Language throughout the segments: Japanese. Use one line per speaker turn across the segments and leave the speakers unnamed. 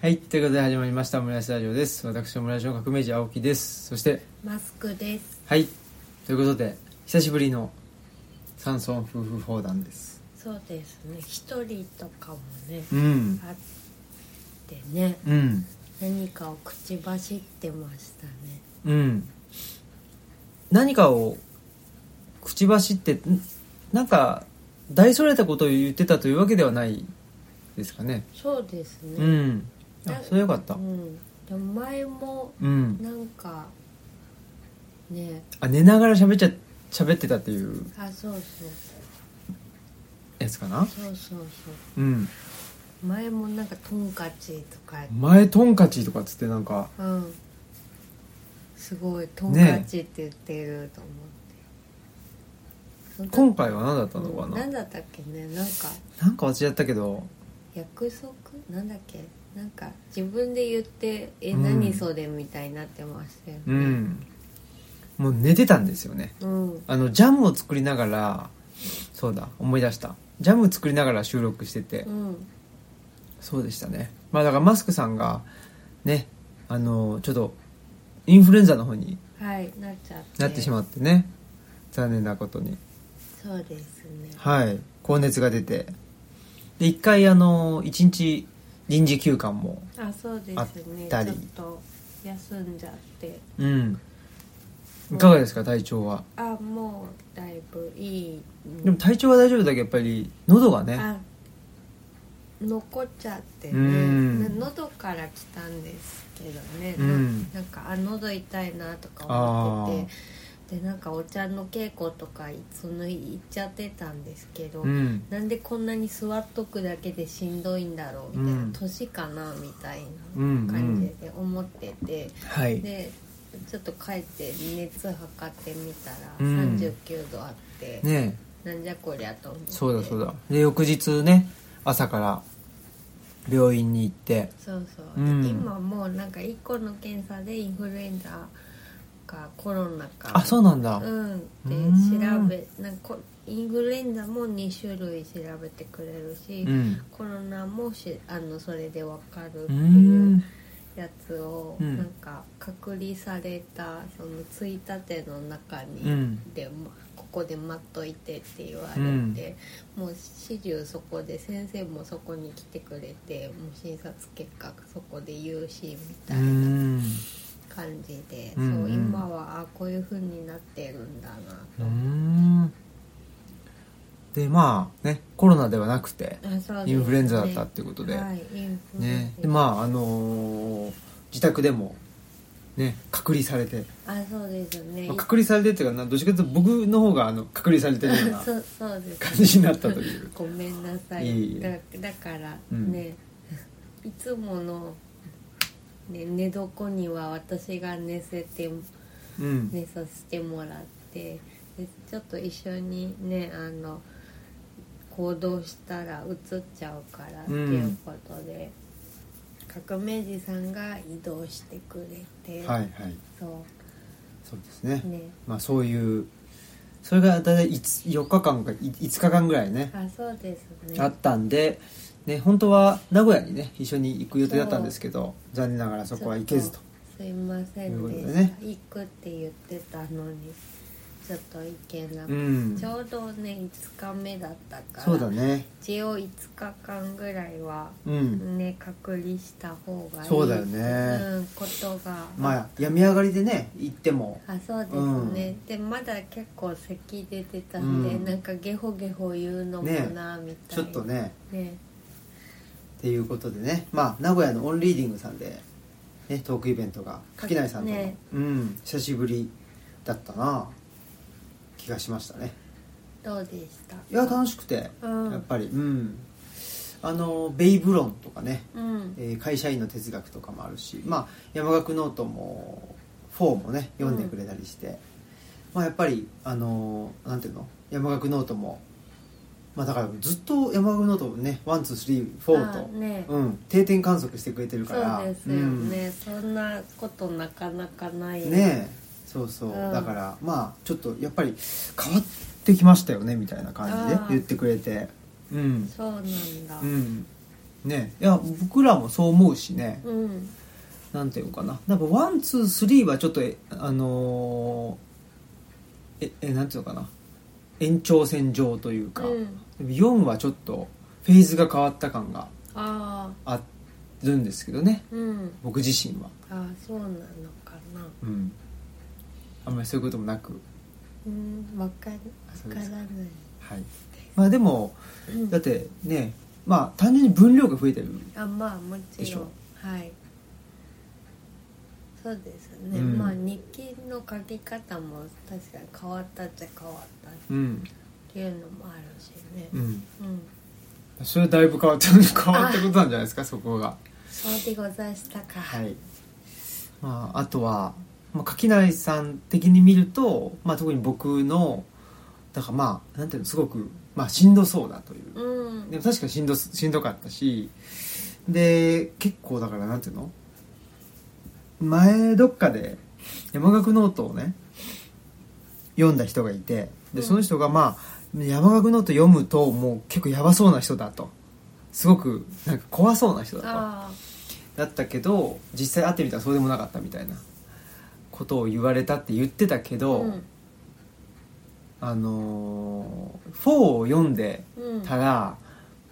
はい、ということで始まりましたオムライスラジオです。私、オムライスの革命児青木です。そして、
マスクです
はい、ということで、久しぶりの山村夫婦砲談です。
そうですね一人とかもね
うん、
あってね
うん、
何かを口走ってましたね
うん。何かを口走って、んなんか、大それたことを言ってたというわけではないですかね。
そうです
う
ね
ん。あ、それよかっ
う
た。
ん、でも前も
うん。
なんかね
あ、寝ながら喋っちゃ、喋ってたっていう
あそうそう
やつかな。
そうそうそう
うん。
前もなんかトンカチとか
前、トンカチとかっつってなんか、
うんすごいトンカチって言ってると思って、
今回は何だったのかな、
何だったっけねなんか
なんか忘れちゃったけど
約束なんだっけなんか自分で言って「え、
うん
何それ」みたいになってましたよね
うんもう寝てたんですよね
うん
あのジャムを作りながらそうだ思い出したジャム作りながら収録してて、
うん
そうでしたねまあだからマスクさんがねあのちょっとインフルエンザの方に
はいなっちゃって
なってしまってね、残念なことに
そうですね
はい高熱が出てで一回あの一日臨時休館も
あそうで
あ
す
っ
ねち
た
ょ
り
っと休んじゃって
うんいかがですか体調は
あもうだいぶいい
でも体調は大丈夫だけどやっぱり喉がね
あ残っちゃって
う
ね
ん
な喉から来たんですけどね、
うん
ななんかあ喉痛いなとか思っててでなんかお茶の稽古とかその日行っちゃってたんですけど、
うん
なんでこんなに座っとくだけでしんどいんだろうみたいな、
うん
年かなみたい
うんうん
な感じで思ってて、
はい
でちょっと帰って熱測ってみたら
うん
39度あって、
ね
なんじゃこりゃと思って
そうだそうだで翌日ね朝から病院に行って
そうそう、
うん
今もうなんか1個の検査でインフルエンザかコロナか
あそうなんだ
うんで
うん
調べなんかこインフルエンザも2種類調べてくれるし、
うん
コロナもしあのそれでわかるって
う
いうんやつを、
うん
なんか隔離されたそのついたての中に、
うん
でまここで待っといてって言われて、もう始終そこで先生もそこに来てくれてもう診察結果そこで言うしみ
う
たいなん感じで、
うん
そううん今はあこういう風になってるんだ
う
なと、
んでまあねコロナではなくて
あそうですね
インフルエンザだったってことで
はい、インフルエンザ
ねでまああのー自宅でもね隔離されて
あそうですね、
まあ隔離されてっていうかなどっちかというと僕の方があの隔離されてるような
そうそうですね
感じになったという
ごめんなさい
いい
だだから
うん
ね、いつもの、ね、寝床には私が寝せて
うん
寝させてもらってでちょっと一緒にねあの行動したらうつっちゃうからっていうことで、革命児さんが移動してくれて、
はいはい
そ
そうですね
うね
まあそういうそれが大体4日間かい5日間ぐらいね
あそうですね
あったんでね本当は名古屋にね一緒に行く予定だったんですけど残念ながらそこは行けずと
ちょっすいませんで
ということ
した
でね
行くって言ってたのにちょっと行けな
う
くて、
ん
ちょうどね5日目だったから
そうだね
一応5日間ぐらいは
うん
ね隔離した方がいい
そうだよね
うん、ことが
まあ病み上がりでね行っても
あそうですね、
うん
でまだ結構咳出てたんで、
うん
なんかゲホゲホ言うのもな、みたいな
ちょっとね
ね
っていうことでねまあ名古屋のオンリーディングさんでねトークイベントが柿内さんとの、
ね
うん久しぶりだったな気がしましたね
どうでした
いや楽しくて
うん
やっぱりうんあのベイブロンとかね、
うん
えー会社員の哲学とかもあるし、まあ、山岳ノートも4もね読んでくれたりして、まあ、やっぱりあのーなんていうの山岳ノートも、まあ、だからずっと山岳ノートもね1234と、
あね
うん、定点観測してくれてるから
そうですよね、そんなことなかなかない
うんねえそうそう、
うん
だからまあちょっとやっぱり変わってきましたよねみたいな感じで
あー
言ってくれてうん
そうなんだ、
うん、ねいや僕らもそう思うしね、
うん
なんていうのかななんかワンツースリーはちょっとえあのーええなんていうのかな延長線上というか、
うん
四4はちょっとフェーズが変わった感が
あ
あるんですけどね
あうん
僕自身は、
ああそうなのかな
うん、あんまりそういうこともなく、
うんわかる
そうで
わから
すか
ない
はいまあ、でも
うん
だってねまあ単純に分量が増えてる
あまあも
で
ち
し
ろ
ょ
んはいそうですね、
うん
まあ日記の書き方も確かに変わったっちゃ変わったっ
うん、
ていうのもあるしね
うん、
うん
それはだいぶ変わった変わったことなんじゃないですかそこが
そうでございしたか
はい、まあ、あとは、まあ、柿内さん的に見ると、まあ、特に僕のだからまあなんていうのすごく、まあ、しんどそうだといううんでも確かにしんどすしんどかったしで結構だからなんていうの前どっかで山岳ノートをね読んだ人がいて
う
で
ん
その人がまあ山岳ノート読むともう結構やばそうな人だとすごくなんか怖そうな人だと
あ
だったけど実際会ってみたらそうでもなかったみたいなことを言われたって言ってたけ
あ
ど、
うん
あのー4を読んで
うん
たら、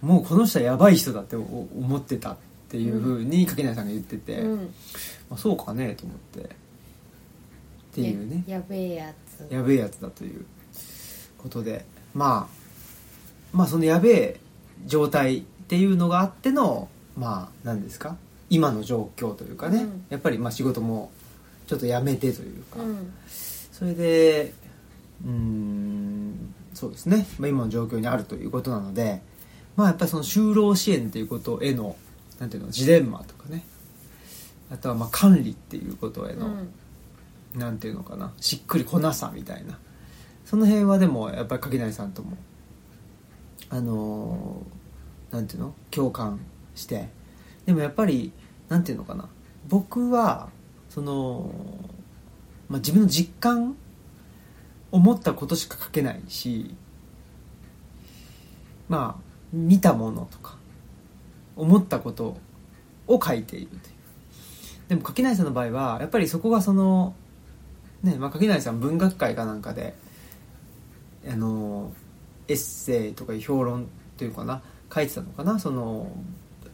もうこの人はやばい人だってお思ってたっていうふうに柿内さんが言ってて、
うん
まあ、そうかねと思ってっていうね
ややべえやつ
やべえやつだということでまあまあそのやべえ状態っていうのがあってのまあ何ですか今の状況というかね、
うん
やっぱりまあ仕事もちょっとやめてというか、
うん
それでうーんそうですね、まあ、今の状況にあるということなのでまあやっぱりその就労支援ということへのなんていうのジレンマとかねあとはまあ管理っていうことへ
う
の、
ん
なんていうのかなしっくりこなさみたいなその辺はでもやっぱり柿内さんともあのーなんていうの共感してでもやっぱりなんていうのかな僕はその、まあ、自分の実感思ったことしか書けないしまあ見たものとか思ったことを書いているというでも柿内さんの場合はやっぱりそこがそのねまあ柿内さん文学界かなんかであのエッセイとか評論というかな書いてたのかなその、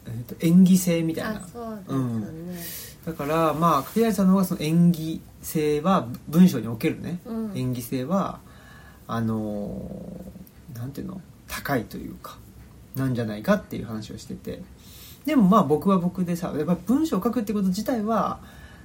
えっと演技性みたい
あ
な
そうですね、
だからまあ柿谷さんの方がその演技性は文章におけるね、
うん
演技性はあのーなんていうの高いというかなんじゃないかっていう話をしててでもまあ僕は僕でさやっぱ文章を書くってこと自体は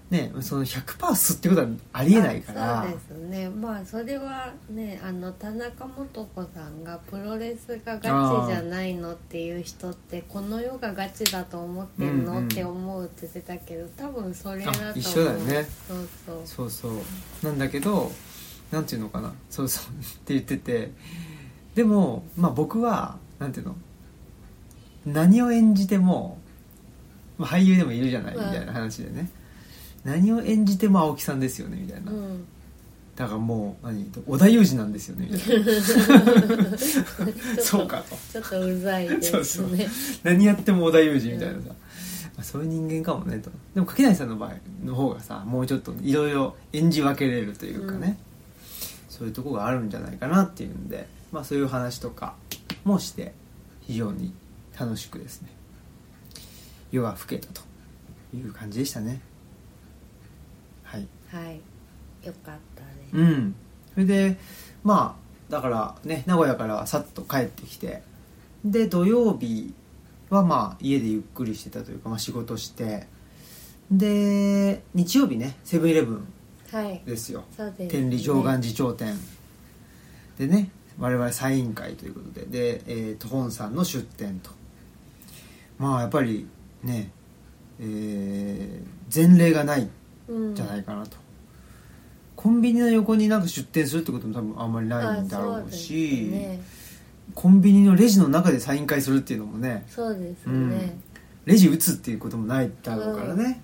ねその100%すってことはありえないから
あそうですねまあそれはねあの田中素子さんがプロレスがガチじゃないのっていう人ってこの世がガチだと思ってるの、
うんうん
って思うって言ってたけど多分それだと思
あ
う
一緒だよね
そうそう
そうそうなんだけどなんていうのかなそうそうって言っててでもまあ僕はなんていうの何を演じても、まあ、俳優でもいるじゃないみ
うん
たいな話でね、何を演じても青木さんですよねみたいな、
うん
だからもう何織田裕二なんですよねみたい なそうかと
ちょっとうざいです
そ
ね
う そう何やっても織田裕二みたいなさ、まあ、そういう人間かもねとでも柿内さんの場合の方がさもうちょっといろいろ演じ分けれるというかね、
うん
そういうとこがあるんじゃないかなっていうんで、まあ、そういう話とかもして非常に楽しくですね夜は更けたという感じでしたねはい
はいよかった
う
ね、
んそれでまあだからね名古屋からさっと帰ってきてで土曜日はまあ家でゆっくりしてたというか、まあ、仕事してで日曜日ねセブンイレブン
はい
ですよ
そうです、ね、
天理上岸寺頂点でね我々サイン会ということでで、えー、と本さんの出店とまあやっぱりねえー前例がない
うん
じゃないかなと、コンビニの横になんか出店するってことも多分あんまりないんだろうし
あそうですね
コンビニのレジの中でサイン会するっていうのもね
そうです
う
ね、
んレジ打つっていうこともないだろうからね、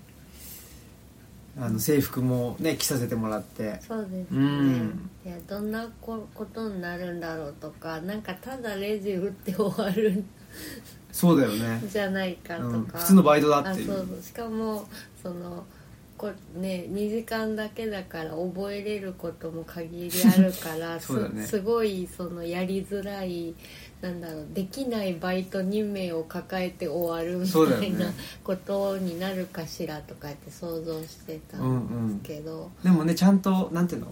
あの制服もね着させてもらって
そうですね、
うん
いやどんなこことになるんだろうとかなんかただレジ打って終わる
そうだよね
じゃないかとか、
うん普通のバイトだっていう
あそうそうしかもそのこね2時間だけだから覚えれることも限りあるから
そうだね
すすごいそのやりづらいなんだろうできないバイト2名を抱えて終わるみ
そうだよ
たいな
ね
ことになるかしらとかって想像してたんですけど、
でもねちゃんとなんていうの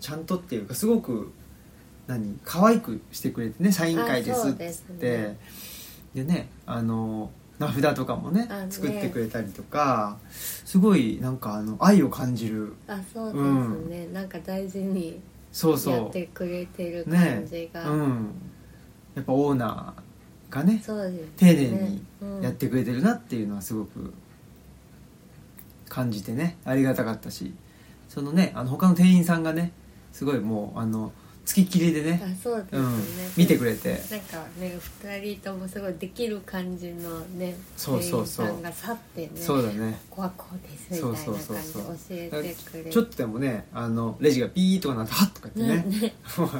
ちゃんとっていうかすごく何可愛くしてくれてねサイン会です
あそ
っ
うです
つっ
ね
てでねあの名札とかもね
あね
作ってくれたりとかすごいなんかあの愛を感じる
あそうですね、なんか大事に
そう
やっ
そ
てくれてる
う
感
ね
じが、
うんやっぱオーナーがね
そうですね
丁寧に
うん
やってくれてるなっていうのはすごく感じてねありがたかったしそのねあの他の店員さんがねすごいもうあのつきっきりで
あ
ね、
そうです
う
ね、
ん、見てく
れ
れて
なんかね2人ともすごいできる感じのね
そうそうそう
店員さんが去ってね
そうだね
ここはこうですみたいな
そうそう
感じ
そうそう
で教えてくれて
ちょっとでもねあのレジがピーとかなってはっとか言ってね
ね
駆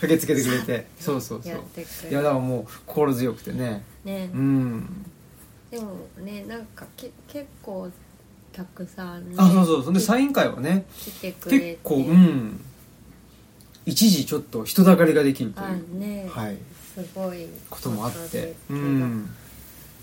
けつけてくれてそうそうそう
やってくれ
いや
て
だからもう心強くてね
ね、
うん
でもねなんかけ結構たくさん、ね、
あそうそうそんで
き
サイン会はね
来てくれて
結構うん一時ちょっと人だかりができると
あ
いう
ね、
はい、
すごい
こともあっ
こと
て
です、け
う
ど
ん、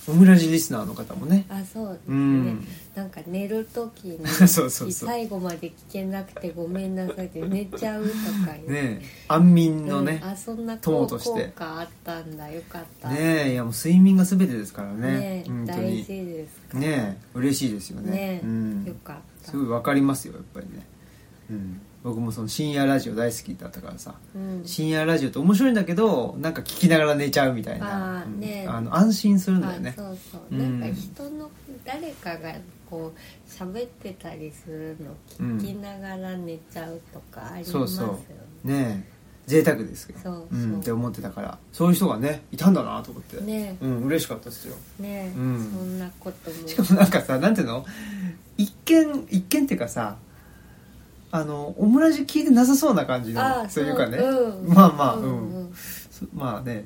オムラジリスナーの方もね、
あそうですね、
うん
なんか寝る 時に
そうそうそう
最後まで聞けなくてごめんなさいって寝ちゃうとか言って
ねえ安眠の
う
ね
ん、あそんな
友
効
として
効果あったんだよかった
ねえいやもう睡眠が全てですからね
ね
本当
大
に
事ですか
ねえ嬉しいですよね
ね
う
よ
ん、
かった
すごいわかりますよやっぱりね、うん、僕もその深夜ラジオ大好きだったからさ
うん
深夜ラジオって面白いんだけどなんか聞きながら寝ちゃうみたいな
あーねえ
うんあの安心するんだよね
あそうそう、
うん
なんか人の誰かがこう喋ってたりするの聞きながら寝ちゃうとかあります
そ
よね、
うそうねえ贅沢ですけど
そう
う、
そうん
って思ってたからそういう人がねいたんだなと思って、
ね
うん嬉しかったですよ
ね、
うん
そんなことも
しかもなんかさなんていうの一見一見っていうかさあのオムラジ聞いてなさそうな感じ
あ
の
あ
というかね、
うん
まあまあ
う
うんん、
うん
そまあね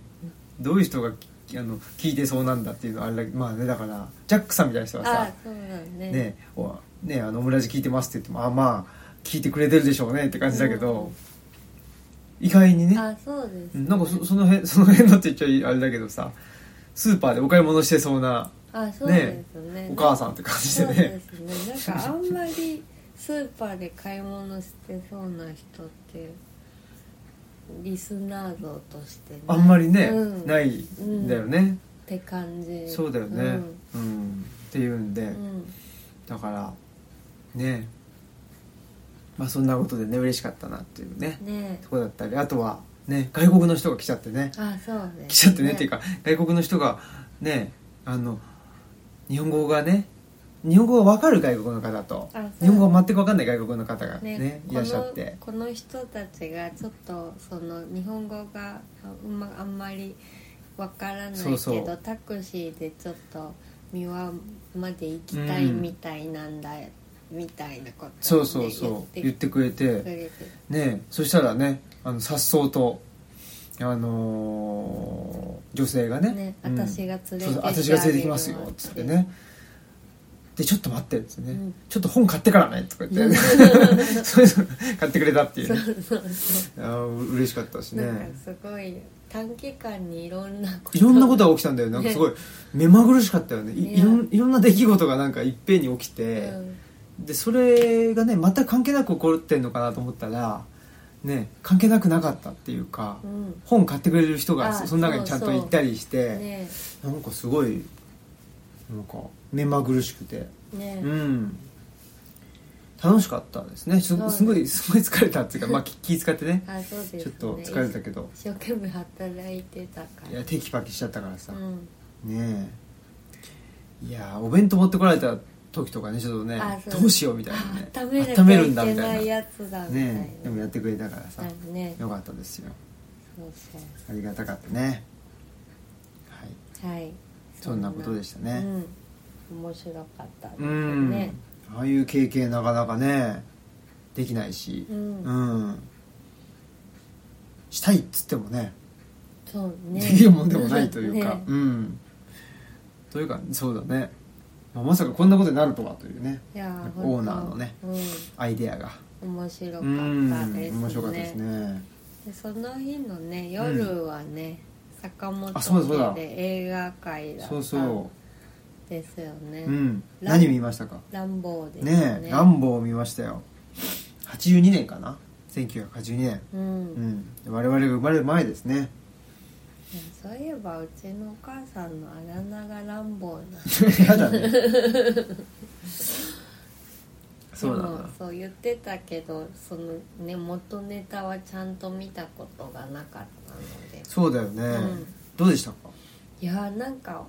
どういう人がきあの聞いてそうなんだっていうのはあれだけまあねだからジャックさんみたいな人が
あ
さ
そうだ
「
ね
ねおねあのオムラジ聞いてます」って言っても「あまあ聞いてくれてるでしょうね」って感じだけど、意外にね
あそうです、
うんなんかそその辺その辺のって言っちゃあれだけどさスーパーでお買い物してそうな
あそうですね
お母さんって感じで
そう
ね
ですねなんかあんまりスーパーで買い物してそうな人ってリスナー像としてね
あんまりね、
うん
ないんだよね、
って感じ
そうだよね、うんっていうんで、
うん、うん
だからねまあそんなことでね嬉しかったなっていうね
ね
とこだったりあとはね外国の人が来ちゃってね
あそうね
来ちゃってねっていうか外国の人がねあの日本語がね日本語が分かる外国の方と
あそう
日本語が全く分かんない外国の方がね
ね
いらっしゃって
このこの人たちがちょっとその日本語があ,、まあんまりわからないけど
そうそう
タクシーでちょっと三輪まで行きたいみたいなんだ、みたいなことをね
そうそうそう言
言
っ
ってて
くれて
くれて
ねえそしたらねあの颯爽とあのー女性がね
ね
うん
私が連れて
そう
ってあげる
私が連れてきますよ」っつってね「でちょっと待って」っつってね、
うん
ちょっと本買ってからね」とか言って それぞれ買ってくれたっていう,、ね、あー嬉しかったし
なんか
ね
すごい短期間にいろんなこと
いろんなことが起きたんだよなんかすごい目まぐるしかったよねい
ね
いろんいろんな出来事がなんかいっぺんに起きて、
うん
でそれがね全く関係なく起こってんのかなと思ったらね関係なくなかったっていうか、
うん
本買ってくれる人が
あ
そその中にちゃんと
そうそう
行ったりして
ね
なんかすごいなんか目まぐるしくて、
ね、
うん楽しかったですねす
そうです
すごいすごい疲れた っていうか、まあ、気気使ってね
あそうですね
ちょっと疲れたけど
一生懸命働いてたから
いやテキパキしちゃったからさ、
うん
ねえいやお弁当持ってこられた時とかねちょっとね
あそう
どうしようみたい
あ
な
温
ね
めなきゃ
るん
い
だ
け
みた
ないい
な
やつだみたいな
ねえでもやってくれたからさ、
なんかね
よかったですよ
そうそ
ありがたかったねはいう
はい
そんなことでしたね
うん、面白かったです
う
よ
ん、
ね
ああいう経験なかなかねできないし
うん
うんしたいっつってもね
そうね
できるもんでもないというか、
ね
うんというかそうだね、まあ、まさかこんなことになるとはというね
いやー
オーナーのね、
本
アイデアが
当うん、面白かっ
う
た
ん
ですね
面白かったですね
でその日のね夜はね、坂本
あそうだそうだ
家で映画会だった
そうそ
ですよね、
う、うん、
ラ
何見ましたか
ランボーです
ねえ「ランボー」を見ましたよ82年かな1982年
う、
うんん我々が生まれる前ですね
そういえばうちのお母さんのあだ名がランボーな
やだねそうだ
でも
な
そう言ってたけどそのね元ネタはちゃんと見たことがなかったので
そうだよね、
うん
どうでしたか
いやーなんか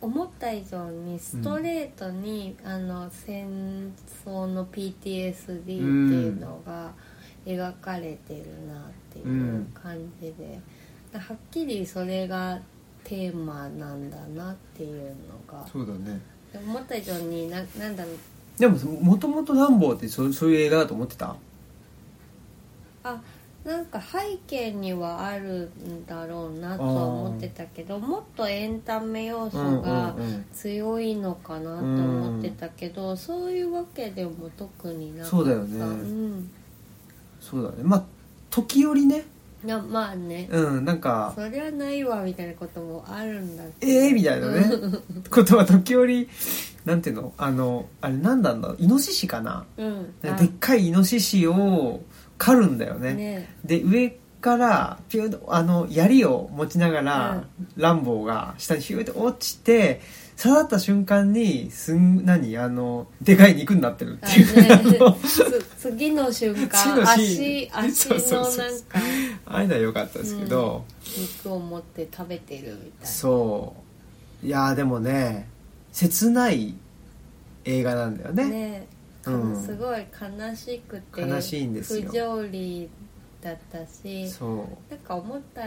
思った以上にストレートに、あの戦争の PTSD っていうのが描かれてるなっていう感じで、はっきりそれがテーマなんだなっていうのが
そうだね
思った以上にななんだろう
でももともと「ランボー」ってそそういう映画だと思ってた
あなんか背景にはあるんだろうなとは思ってたけどもっとエンタメ要素が
うんうんうん
強いのかなと思ってたけど、そういうわけでも特になかった
そうだよね
うん、
そうだねまあ時折ね
いやまあね
うんなんか
そりゃないわみたいなこともあるんだ
「ええー」みたいな ねことは時折なんていうのあのあれなんなんだろうイノシシかな
うん
で
あ
っかいイノシシを狩るんだよね
ね
で上からピューッとあの槍を持ちながら、ランボーが下にヒューッと落ちて刺さった瞬間にすん何あのでかい肉になってる って
あ
いう、あの
ねつ次の瞬
次の
間足
シ
足
ーンそうそう
の
そう
なんか
あれのは良かったですけど、
肉を持って食べてるみたいな
そういやーでもね切ない映画なんだよね
ね
うん
すごい悲しくて
悲しいんですよ
不条理だったし
そ
なんか思った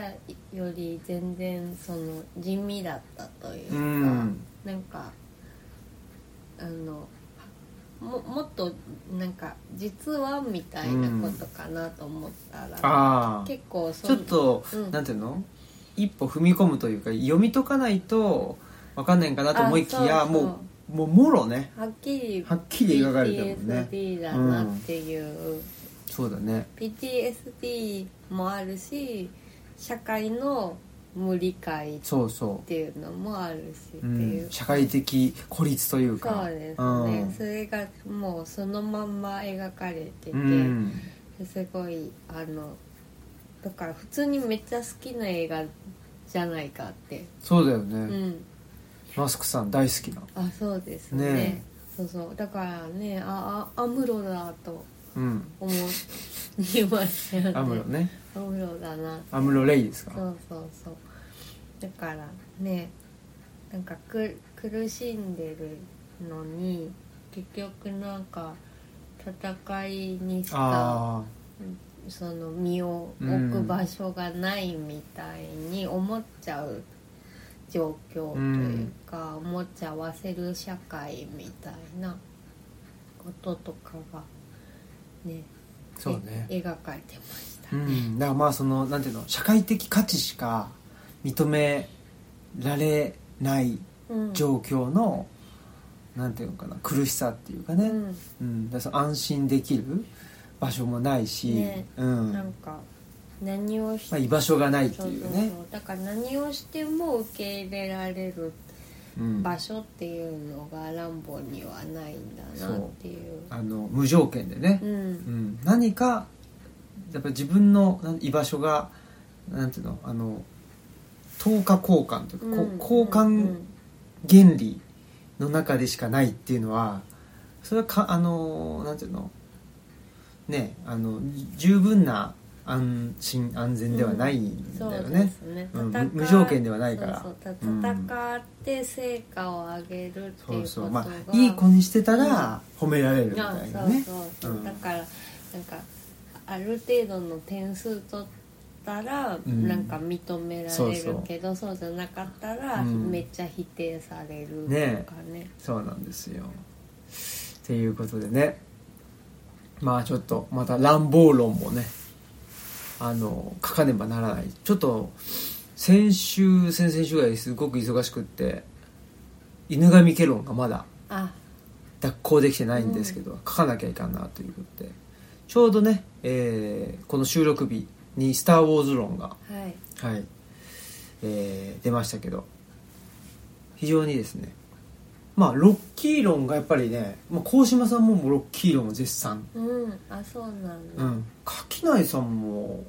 より全然その地味だったという
う
か、
うん
なんかあのももっとなんか実はみたいなことかなと思ったら、
ああ
結構そ
ちょっと、
うん
なんていうの一歩踏み込むというか読み解かないと分かんないかなと思いきや
あそうそう
もうもうもろね
はっきり
はっきり描かれてるもんね
PTSD だなっていう。
そうだね
PTSD もあるし社会の無理解っ
そうそ
ていうのもあるしって
う、う
い
ん
う、、
社会的孤立というか
そうですね、
うん
それがもうそのまんま描かれてて、
うん
すごいあのだから普通にめっちゃ好きな映画じゃないかって
そうだよね、
うん
マスクさん大好きな
あそうですね
ね
そうそうだからねああアムロだと
うん
思いましたよね
アムロね
アムロだな
アムロレイですか
そうそうそうだからねなんかく苦しんでるのに結局なんか戦いにした
ああ
その身を置く場所がないみたいに思っちゃう状況というか、思っちゃわせる社会みたいなこととかがね
そうね
え描かれてました
う。んだからまあそのなんていうの社会的価値しか認められない
うん
状況の、なんていうのかな苦しさっていうかね、
う
うん
ん
だからその安心できる場所もないし、
ね
うん
なんか何をし
まあ、居場所がないって
そう
い
そう
う
そう
ね
だから何をしても受け入れられる
うん
場所っていうのがランボーにはないんだなっていう
あの無条件でね
う、
うん
ん
何かやっぱ自分のなん居場所がなんていうのあの等価交換というか、
うん
こう交
う
換
ん
原理の中でしかないっていうのはそれはかあのなんていうのねあの十分な安心安全ではないんだ
そう
よ
で
ね、
すね
うん
戦い
無無条件ではないから
そうそう
うん
戦って成果を上げるっていう
そう
ことが
そうまあいい子にしてたら褒められるみた
あ
い
そ
な
う
ね
そう、
うん
だからなんかある程度の点数取ったら、
うん
なんか認めら
そう
れ
そ
る
う
けどそうじゃなかったら、
うん
めっちゃ否定されると
ね
かね
そうなんですよっていうことでねまあちょっとまた乱暴論もねあの書かねばならないちょっと先週先々週ぐらいすごく忙しくって犬神ケロンがまだ
あ
脱行できてないんですけど、書かなきゃいかんなということでちょうどね、えーこの収録日に「スター・ウォーズ論が」
はい
はいえー出ましたけど非常にですねまあロッキー論がやっぱりね、まあ、鴻島さんももうロッキー論を絶賛
うんあそうなんだ、
うん垣内さんも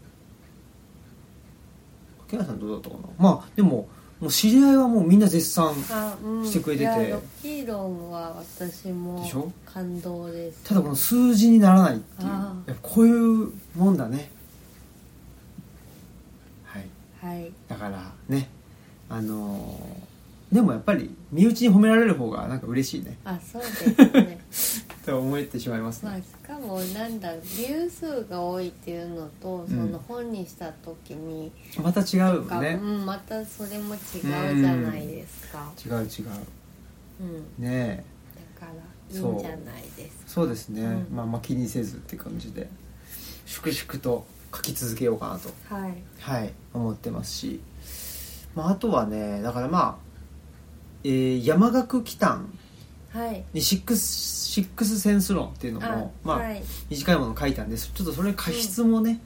垣内さんどうだったかなまあでももう知り合いはもうみんな絶賛
あうん
してくれてて
いやロッキーロンは私も
でしょ
感動です
ただこの数字にならないっていう
ああ
やっぱこういうもんだねはい
はい
だからねあのーでもやっぱり身内に褒められる方がなんか嬉しいね
あそうですね
と思ってしまいます
まあ
ね、
しかもなんだビュー数が多いっていうのとそ
うん
の本にした時に、
また違う
が
もんね
うん、またそれも違うじゃないですか
違う違うね
うん
え
だからいいんじゃないですか
そうですね、
うん
まあまあ気にせずって感じで粛々と書き続けようかなと
はい
はい思ってますし、まあ、あとはねだからまあ、えー山岳祈祷
はい
にシックスシックスセンス論っていうのもまあ、
はい
短いもの書いたんですちょっとそれ過失もね、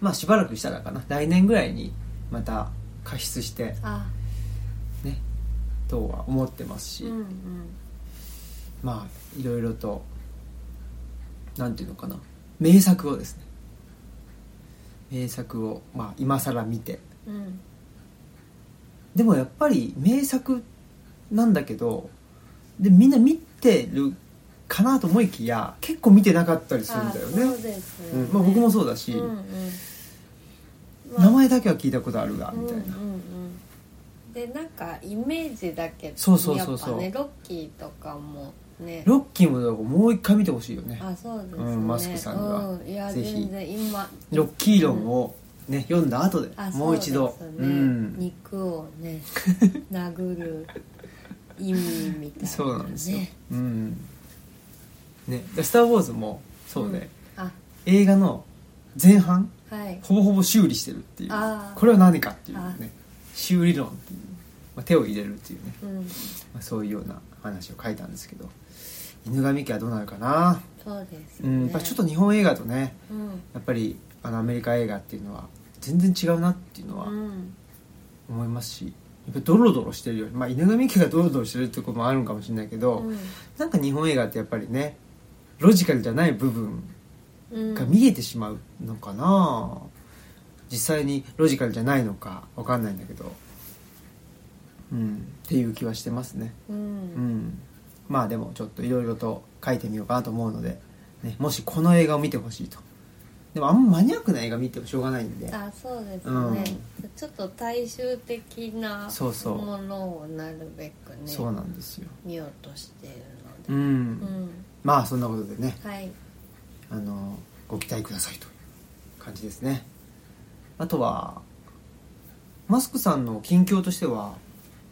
まあしばらくしたらかな来年ぐらいにまた過失して
あ
ねとは思ってますし、
うんうん
まあいろいろとなんていうのかな名作をですね名作を、まあ、今更見て
うん
でもやっぱり名作なんだけどでみんな見てるかなと思いきや結構見てなかったりするんだよ
あ
ね
そうですよ
う
ね、
んまあ、僕もそうだし、
うんうんまあ
名前だけは聞いたことあるがみたいな、
うんうんうんでなんかイメージだけど
そうそうそうそう
やっぱねロッキーとかもね
ロッキーもだからもう一回見てほしいよね
あそうですね、
うんマスクさんには
うんいや
ぜひ
全然今
ロッキー論を、ね読んだ後で
あ
もう一度
そうです
う
ね
ん、
肉を ね殴る意味みたいな、ね、
そうなんですよ、うんね「でスター・ウォーズ」もそうで、
あ
映画の前半
はい
ほぼほぼ修理してるっていう
あー
これは何かっていう
あ
ね修理論っていう、まあ、手を入れるっていうね、
うん
まあ、そういうような話を書いたんですけど犬神家はどうなるかな、
そうです
う
ね、
ん、やっぱちょっと日本映画とね
うん
やっぱりあのアメリカ映画っていうのは全然違うなっていうのは
うん
思いますしやっぱドロドロしてるよりまあ犬神家がドロドロしてるってとこもあるのかもしれないけど、なんか日本映画ってやっぱりねロジカルじゃない部分
うん
が見えてしまうのかな、実際にロジカルじゃないのかわかんないんだけどうんっていう気はしてますね
う
うんんまあでもちょっといろいろと書いてみようかなと思うので、ね、もしこの映画を見てほしいとでもあんまマニアックな映画見てもしょうがないんで
あそうですね、
うん
ちょっと大衆的な
そうそう
ものをなるべくね
そうなんですよ
見ようとしているの
う
で、
ん、
うん
まあそんなことでね
はい
あのご期待くださいという感じですねあとはマスクさんの近況としては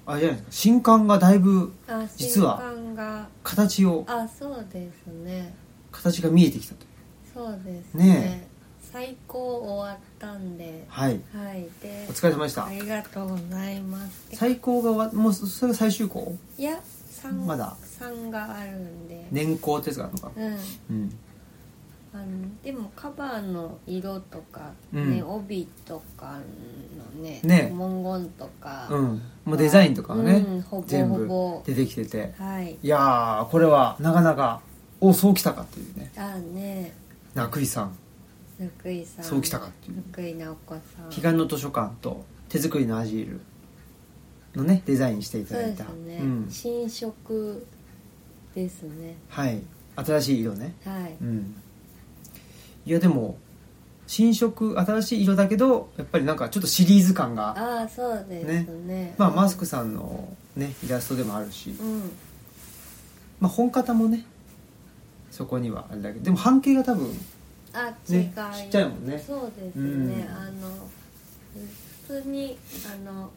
あれじゃないですか新刊がだいぶ
あ
実は
新刊が
形を
あそうですね
形が見えてきたという
そうです
ね
ね最高終わったんで
はい
はいで
お疲れ様でした
ありがとうございます
最高がわもうそそれが最終項
いや三
まだ
三があるんで、
年項ってやつがあるのか
うん
うん
あのでもカバーの色とか、ね
うん
帯とかのね
ね
文言とか、
うんもうデザインとかはね、
うんほぼ
全部
ほぼ
出てきてて
はい
いやーこれはなかなかおそうきたかっていうね
あね
涌井さん
福井さん
そうきたかっていう
福井直子さん
彼岸の図書館と手作りのアジールのねデザインしていた
そう
だ
で
いた
すね、
ん、
新色ですね
はい新しい色ね
はい、
うんいやでも新色新しい色だけどやっぱりなんかちょっとシリーズ感が
ああそうですね
まあマスクさんのねイラストでもあるし、
うん
まあ、本型もねそこにはあれだけどでも半径が多分
あ違い、
ねちっちゃいもんね
そうです
う
ね、
ん
あの普通にあの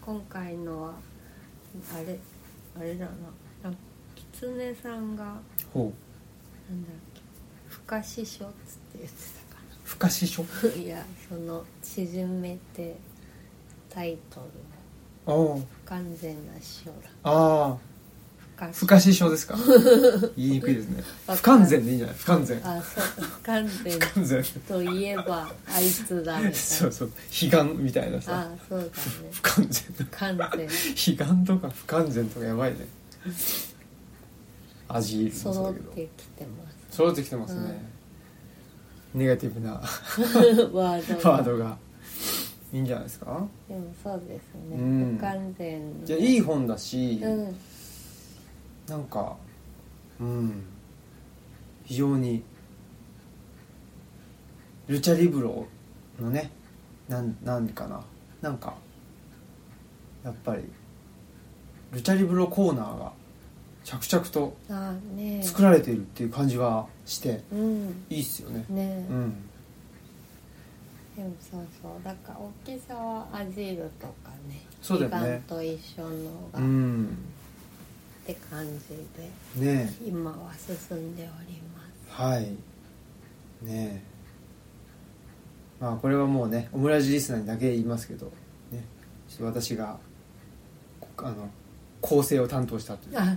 今回のはあれあれだななんか狐さんが
ほ
なんだっけ不可視書っつって言ってたか
う不可視書
らいやその「縮めて」タイトルの
あー
不完全な書だ
あー
か
不可視症 ですか言いにくいですね
わかる
不完全でいいんじゃない不完全不
あそう 不完全
完全
といえばあいつだみたいな
そうそう悲願みたいなさ
あそうだね
不完全とか
完全
悲願とか不完全とかやばいね味もそう
揃
だ
っ
けど
てきて ま
揃ってきてますね、ネガティブな
すワードが
ワードがいいんじゃないですか
でもそうですね、
うん
不完全
じゃあいい本だし、
うん
なんかうん非常にルチャリブロのねなんなんかななんかやっぱりルチャリブロコーナーが着々と
あねえ
作られているっていう感じはして
うん
いいっすよね
ねえ、
うん
でもそうそうだから大きさはアジールとかね
そうだよね
基盤と一緒のが、
う
っ
ん
て感じで
ね
今は進んでおります
えはいねえまあこれはもうねオムラジリスナーにだけ言いますけどねちょっと私がこあの構成を担当したと いう
あ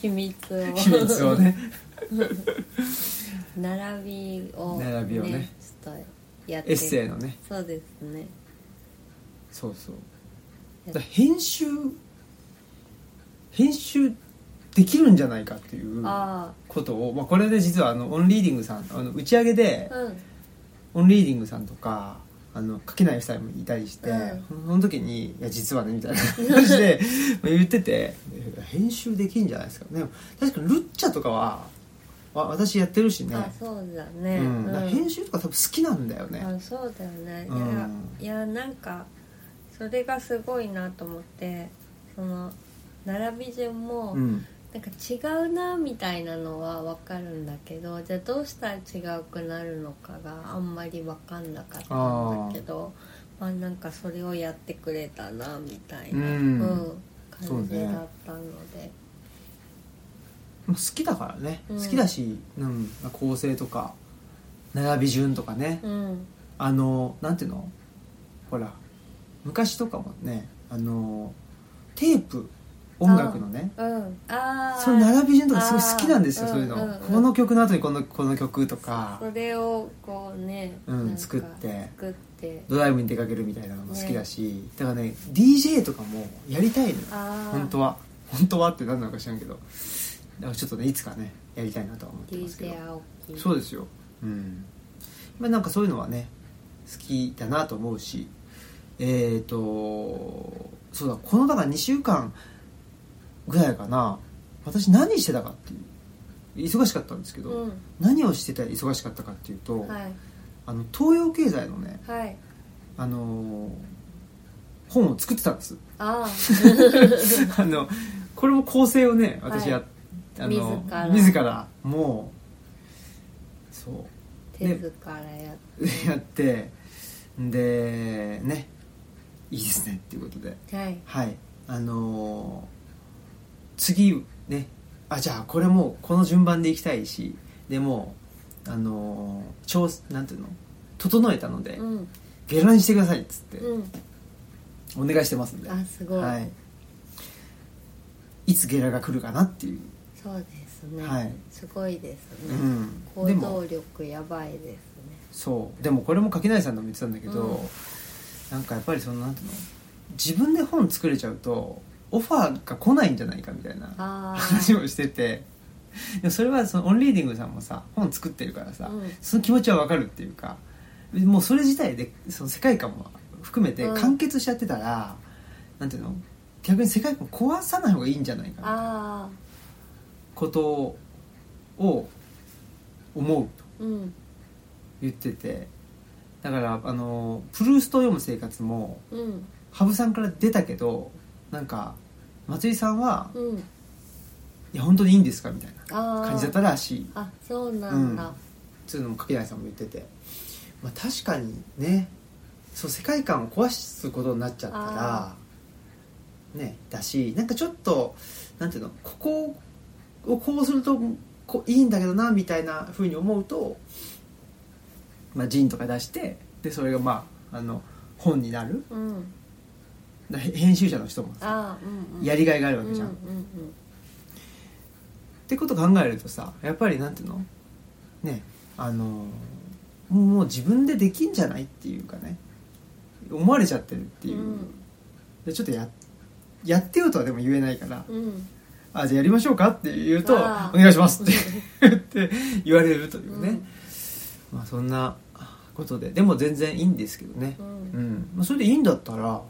秘密を
秘密を ね
並びを、
並びをね
ちょっとやって
エッセイのね
そうですね
そうそうだから編集編集できるんじゃないかっていう
あ
ことを、まあ、これで実はあのオンリーディングさんあの打ち上げで
あうん
オンリーディングさんとかあの書けない夫妻もいたりして、
うん
そその時に「いや実はね」みたい な感じでまあ言ってて編集できんじゃないですかでも確かにルッチャとかはわ私やってるしね
あそうだね、
うんだから
うん
編集とか多分好きなんだよね
あそうだよね、
うん
いやいやなんかそれがすごいなと思ってその並び順も、
うん
なんか違うなみたいなのは分かるんだけどじゃあどうしたら違うくなるのかがあんまり分かんなかったんだけどまあなんかそれをやってくれたなみたいな、
うん
うん
そう
感じ
ね
だったので
まあ好きだからね、
うん
好きだし、うん、まあ構成とか並び順とかね、
うん
あのなんていうのほら昔とかもねあのテープ音楽のね
うんああ
その並び順とかすごい好きなんですよ
あー
そういうの、
うんうんうん
この曲の後にこのこの曲とか
それをこうね、
うん
なんか
作って
作って
ドライブに出かけるみたいなのも好きだし、だからね DJ とかもやりたいのよ
ああ
本当は本当はって何なのか知らんけどだからちょっとねいつかねやりたいなとは思ってますけど
DJ 青木
そうですようんまあなんかそういうのはね好きだなと思うしえっ、とそうだこのだから2週間ぐらいかな私何してたかっていう忙しかったんですけど、
う
何をしてたら忙しかったかっていうと、
んはい
あの東洋経済のね、
はい
あのー本を作ってたんです
ああ
あのこれも構成をね私や、
は
あの
自ら
らもうそう
手塚からやっ
やってでねいいですねっていうことで
てはい
はいあのー次ねあじゃあこれもうこの順番でいきたいしでもうあのー調なんていうの整えたので、
うん
下覧してくださいっつって、
うん
お願いしてますんで
あすごい、
はいいつゲラが来るかなっていう、
そうですね、
はい
すごいです
う
ね、
ん、で
行
も
動力やばいですね
そうでもこれも垣内さんとも言ってたんだけど、
うん
なんかやっぱりそのなんていうの自分で本作れちゃうとオファーが来ないんじゃないかみたいな
ああ
話をしててでもそれはそのオンリーディングさんもさ本作ってるからさ、
うん
その気持ちはわかるっていうかもうそれ自体でその世界観も含めて
うん
完結しちゃってたら、なんていうの逆に世界観壊さない方がいいんじゃないかな
ああ
ことを思うと
うん
言っててだからあのプルーストを読む生活も
うん
羽生さんから出たけどなんか松井さんは
うん
「いや本当にいいんですか?」みたいな
ああ
感じだったらしい
あそうなんだ、
うんつうのも垣内さんも言ってて、まあ、確かにねそう世界観を壊すことになっちゃったら
あ
ねだしなんかちょっとなんていうのここをこうするとこういいんだけどなみたいなふうに思うと、まあ、ジンとか出してでそれがまああの本になる
うん
だ編集者の人も
ああうんうん
やりがいがあるわけじゃん、
うん
っ
うんうん
てこと考えるとさやっぱりなんていうのねあのもう自分でできんじゃないっていうかね思われちゃってるっていう、でちょっとややってよとはでも言えないから、
うんうん
あじゃあやりましょうかって言うと「お
あー
願いします」ってって言われるというね、
うん
まあそんなことででも全然いいんですけどね
う、
うんんまあ、それでいいんだったら、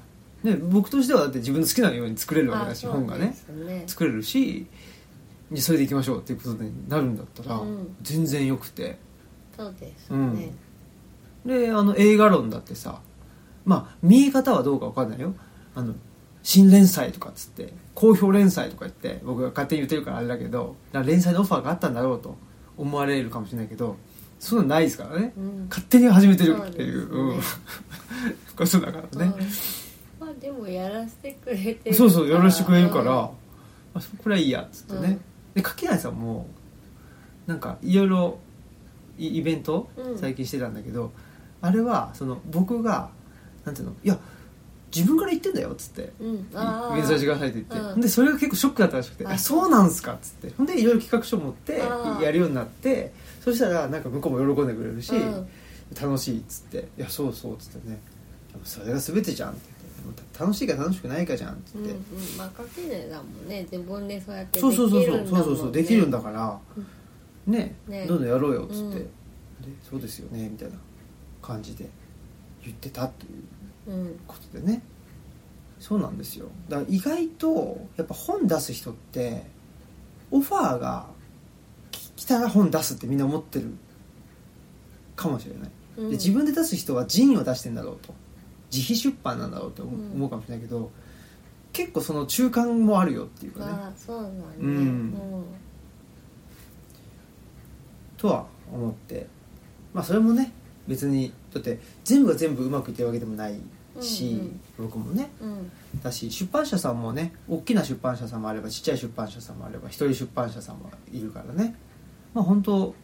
ね、僕としてはだって自分の好きなように作れるわけだし
あ
本がね
そうです
作れるしそれでいきましょうっていうことになるんだったら、
うん
全然よくて
そうですね
であの映画論だってさまあ見え方はどうかわかんないよあの新連載とかっつって好評連載とか言って僕が勝手に言ってるからあれだけどだから連載のオファーがあったんだろうと思われるかもしれないけどそんなのないですからね
うん
勝手に始めてるっていう
そうです
うん ことだからね
まあでもやらせてくれてるから
そうそうよろしてくれるから、まあ、そこらいいやっつってね、で柿内さんもなんかいろいろイイベント
うん
最近してたんだけど、あれはその僕がなんていうのいや自分から言ってんだよっつって
うんうんああ
連載してくださいって言って、
うん
でそれが結構ショックだったらしくて「
あ
あそうなんすか」っつってほんでいろいろ企画書持って
あー
やるようになってそしたらなんか向こうも喜んでくれるし、
うん
楽しいっつって「いやそうそう」っつってね「でもそれが全てじゃん」って言って「楽しいか楽しくないかじゃん」って
う
言
ん
って、
うんまあ書けねえだもんね自分でそうやって
そうそうそうそう
できるんだ
そ
も
うんそうそうできるんだから、ね
ね
どんどんやろうよっつって、
うん
でそうですよねみたいな感じで言ってたという
うん
ことでねそうなんですよだから意外とやっぱ本出す人ってオファーがき来たら本出すってみんな思ってるかもしれない、
うん
で自分で出す人はジンを出してんだろうと自費出版なんだろうと思う思うかもしれないけど、結構その中間もあるよっていうかね、
まあそうだね
うん
うん
とは思ってまあそれもね別にだって全部が全部うまくいってるわけでもないし、僕もね
うん
だし出版社さんもね大きな出版社さんもあればちっちゃい出版社さんもあれば一人出版社さんもいるからねまあ本当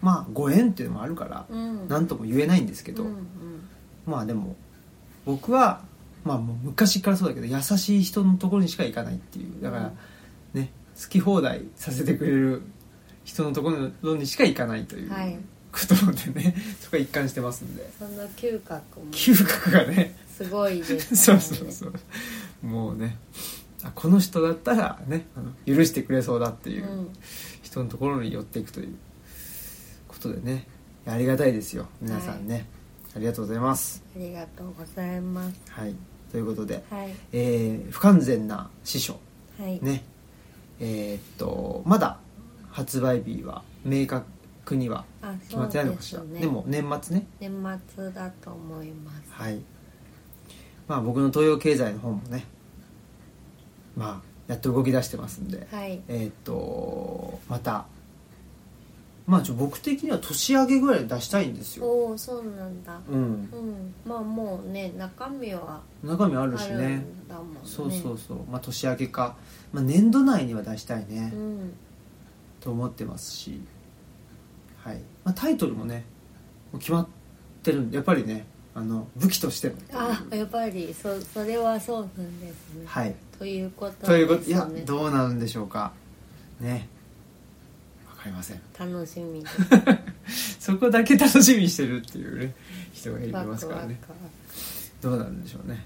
まあご縁っていうのもあるから
うん
何とも言えないんですけど、
うんうん
まあでも僕はまあもう昔からそうだけど優しい人のところにしか行かないっていうだからね好き放題させてくれる人のところにしか行かないという
はい
ことでね、そこは一貫してますんで
その嗅覚も
嗅覚がね
すごいです ね
そうそうそうもうねあこの人だったらねあの許してくれそうだっていう
うん
人のところに寄っていくということでねありがたいですよ皆さんね、ありがとうございます
ありがとうございます
はいということで
はい
えー不完全な師匠
はい
ねえーっとまだ発売日は明確には
あ
決
そ
ま
う
ってないの
で
かし
す
らで,、
ね
も年末ね
年末だと思います
はいまあ僕の東洋経済の本もねまあやっと動き出してますんで、
はい
えーっとまたまあちょ僕的には年明けぐらいに出したいんですよ
おおそうなんだ
うん
うんまあもうね中身は
中身あ
あ
るしね
るんだもんね
そうそうそうまあ年明けか、まあ、年度内には出したいね、
うん
と思ってますし、はいまあ、タイトルもねもう決まってるんでやっぱりねあの武器としての
あやっぱりそそれはそうなんですね
はい
ということ
ということい
です
や
ね
どうなるんでしょうかねわかりません
楽しみで
そこだけ楽しみにしてるっていうね人がい
すワク
ま
ワ
す
ク
から
は
ねどうなるんでしょうね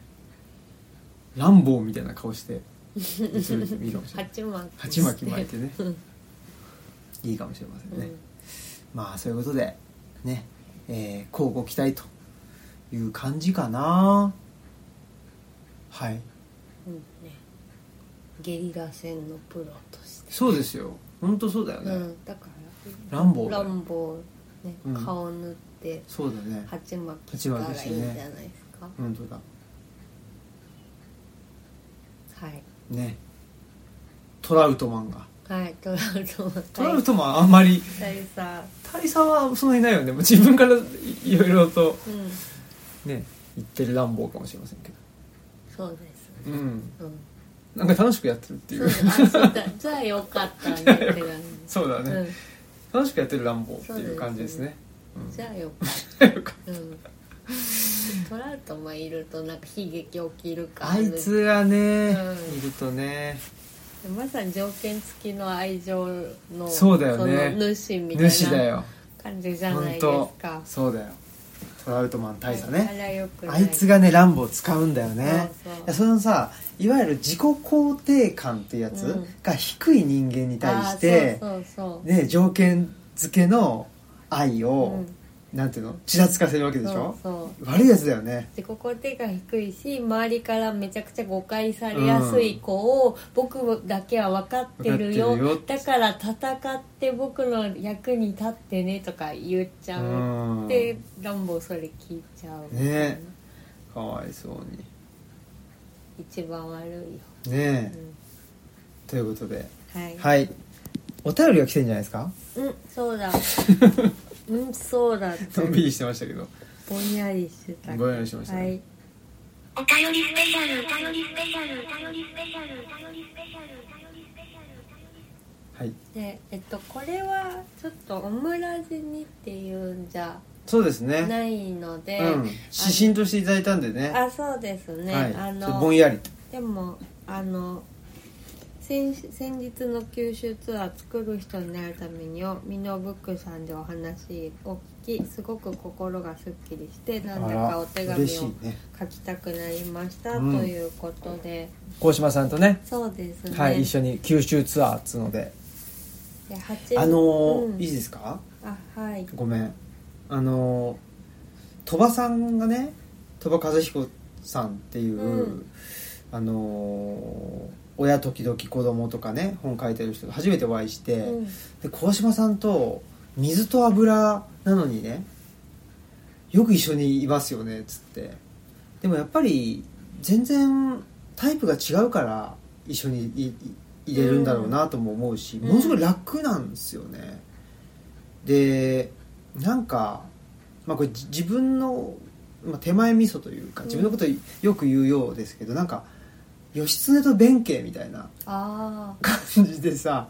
ランボーみたいな顔して映る人もいいかもしれない
鉢巻き
鉢巻き巻いてね
うん
いいかもしれません
う
ね、
ん
まあそういうことでねえー、交互期待という感じかなはい
うんねゲリラ戦のプロとして
そうですよ本当そうだよね、
うんだか
ランボー
ら
だよ
ランボーね
うん
顔塗って
そうだね
鉢巻きからいいんじゃないですか
本当だ
はい
ねトラウトマンが
はいトラウトは
トラウトマンあんまり
大佐
大佐はそんなにいないよねもう自分からいいろいろと
うん
ね言ってる乱暴かもしれませんけど
そうです
うん
うん
なんか楽しくやってるってい
そううあそうだじゃあよかったねって感
そうだ
じ、
ね、
うん、
楽しくやってる乱暴っていう感じですね
じゃあよかっ
うんよかった
た、うん、トラウトもいるとなんか悲劇起きるか
あいつがね、
うん
いるとね
まさに条件付きの愛情の
そうだよね
その主みたい
主だ
な
よ
感じじゃない
本
です
当
か
そうだよトラウトマン大佐ね、
あれはよくな
あいつがねランボを使うんだよね
そうそう
いやそのさいわゆる自己肯定感っていうやつ
うん
が低い人間に対して、
あーそうそうそう
ね、条件付けの愛
う
を、
ん
なんていうのちらつかせるわけでしょ
そうそう
悪いやつだよね
自己肯定感低いし周りからめちゃくちゃ誤解されやすい子を、僕だけは分かってるよ
分かってる
だから戦って僕の役に立ってねとか言っちゃ
う
う、
ん
でランボーそれ聞いちゃうみたいな
ねかわいそうに
一番悪いよ、
ねえ、
う
ということで
ん、はい、
はいお便りが来てんじゃないですか
うんそ うだうんそうだって
のんびりしてましたけど
ぼんやりしてた
ぼんやりしてましたね
はい
お便りスペシャル、お便りスペシャル、お便りスペシャル、お便りスペシャル、お便りスペシャル。
はい
でえっとこれはちょっとオムラジにっていうんじゃ
そうですね、
ないので、
うん、指針としていただいたんでね
あそうですね、
はい、
あ
ちょっとぼ
の
んやりと
でもあの先先日の九州ツアー作る人になるためにをミノブックさんでお話を聞きすごく心がすっきりしてなんだ
あら
かお手紙を
嬉しいね
書きたくなりました、
うん
ということで
鴻島さんとね
そうですね、
はい、一緒に九州ツアーっつうので
で8
あのー
うん
いいですか
あはい
ごめんあのー鳥羽さんがね鳥羽和彦さんっていう、
うん
あのー親時々子供とかね本書いてる人と初めてお会いして、
うん
で鴻島さんと水と油なのにねよく一緒にいますよねっつってでもやっぱり全然タイプが違うから一緒にいいいれるんだろうなとも思うし、
うん
ものすごい楽なんですよね、でなんか、まあ、これじ自分の、まあ、手前味噌というか自分のことよく言うようですけど、なんか義経と弁慶みたいな
あ
感じでさ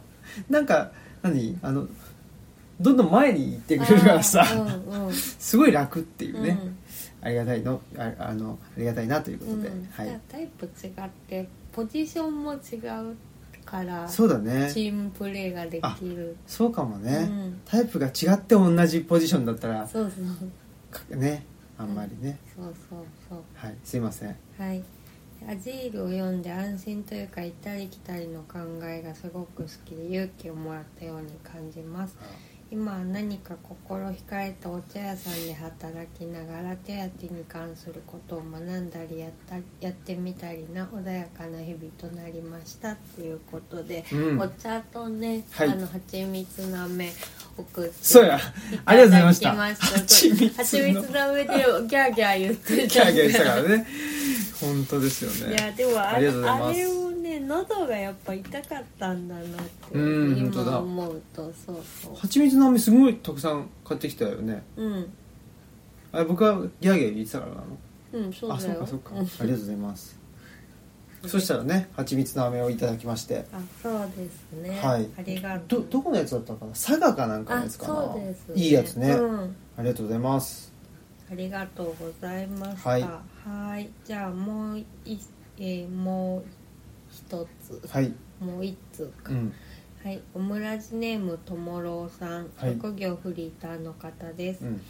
なんか何あのどんどん前に行って
ー
くれるからさ、
あーうんうん
すごい楽っていうね、
うん
ありがたいのああのありがたいなということで、
うん、
は
じゃあ
い
タイプ違ってポジションも違うから
そうだね
チームプレーができる、
そうかもね、
うん
タイプが違って同じポジションだったら
そうそう
かねあんまりね、
そうそうそう
はいすいません
はいアジールを読んで安心というか行ったり来たりの考えがすごく好きで勇気をもらったように感じます今は何か心惹かれたお茶屋さんで働きながら手当てに関することを学んだりやったやってみたりな穏やかな日々となりましたっていうことで、
うん
お茶とね、
はい
あの蜂蜜の飴送って
そうやありがとうございました
ただきま
蜂蜜の
蜂蜜の飴でギャーギャー言って
キャ
た
ーキャーしたから ね本当ですよ
いや
ね
でもあ
ありがとうございます
あれをね喉がやっぱ痛かったんだなって
うん本当だ
今思うとそうそう
蜂蜜の飴すごいたくさん買ってきたよね
うん
あれ僕はギャーギャー言ってたからなの
うんそうだよ
あそっかそっか、
うん
ありがとうございますそしたらね蜂蜜の飴をいただきまして
あそうですね、
はい
ありがと
ど
う
どこのやつだったのかな佐賀かなんかの
あ
やつかな
そうです、
いいやつね、
うん
ありがとうございます
ありがとうございました
は
はいいじゃあもうい、えーもう一つ
はい
もう一つか、
うん
はいオムラジネームともろうさん、
はい
職業フリーターの方です、
うん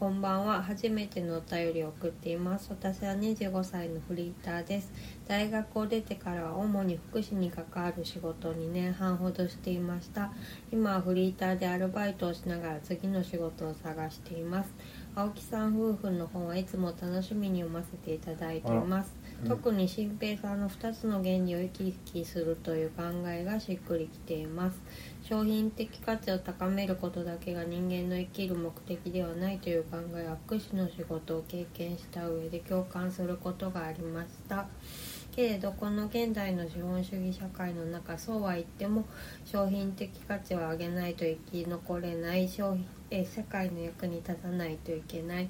こんばんは。初めてのお便りを送っています。私は25歳のフリーターです。大学を出てからは主に福祉に関わる仕事を2年半ほどしていました。今はフリーターでアルバイトをしながら次の仕事を探しています。青木さん夫婦の本はいつも楽しみに読ませていただいています。
うん
特に新平さんの2つの原理を生き生きするという考えがしっくりきています商品的価値を高めることだけが人間の生きる目的ではないという考えは福祉の仕事を経験した上で共感することがありましたけれどこの現代の資本主義社会の中そうは言っても商品的価値を上げないと生き残れない商品え社会の役に立たないといけない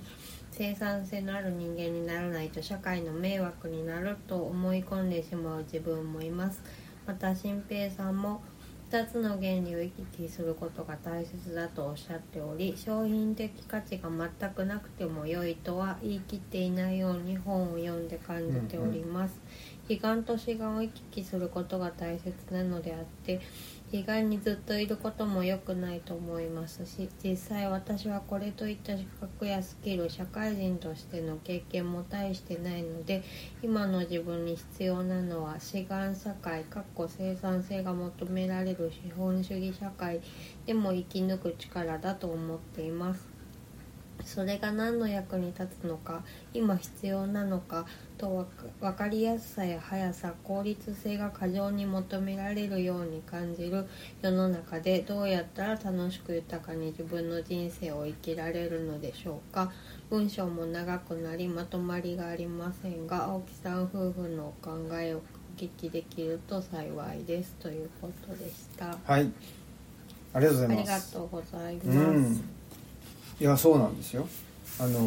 生産性のある人間にならないと社会の迷惑になると思い込んでしまう自分もいますまた新平さんも2つの原理を行き来することが大切だとおっしゃっており商品的価値が全くなくても良いとは言い切っていないように本を読んで感じております、悲願と志願を行き来することが大切なのであって悲願にずっといることも良くないと思いますし実際私はこれといった資格やスキル社会人としての経験も大してないので今の自分に必要なのは志願社会かっこ生産性が求められる資本主義社会でも生き抜く力だと思っていますそれが何の役に立つのか今必要なのかとわか分かりやすさや速さ効率性が過剰に求められるように感じる世の中でどうやったら楽しく豊かに自分の人生を生きられるのでしょうか文章も長くなりまとまりがありませんが青木さん夫婦のお考えをお聞きできると幸いですということでした
はいありがとうござい
あ
ま
り
す
がとうございます
うんいやそうなんですよあの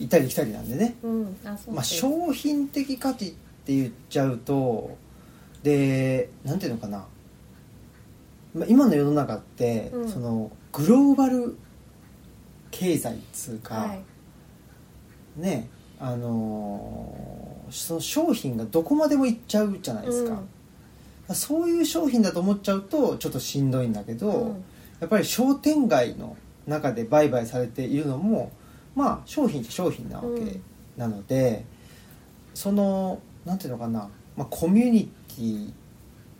行ったり来たりなんでね
うん、あそう
まあ、
です、
商品的価値って言っちゃうとでなんていうのかな、まあ、今の世の中って、
うん
そのグローバル経済っつうか、
はい
ねあのーその商品がどこまでもいっちゃうじゃないですか、
うん
まあそういう商品だと思っちゃうとちょっとしんどいんだけど、
うん
やっぱり商店街の中で売買されているのもまあ商品っちゃ商品なわけなので、そのなんていうのかな、まあ、コミュニティ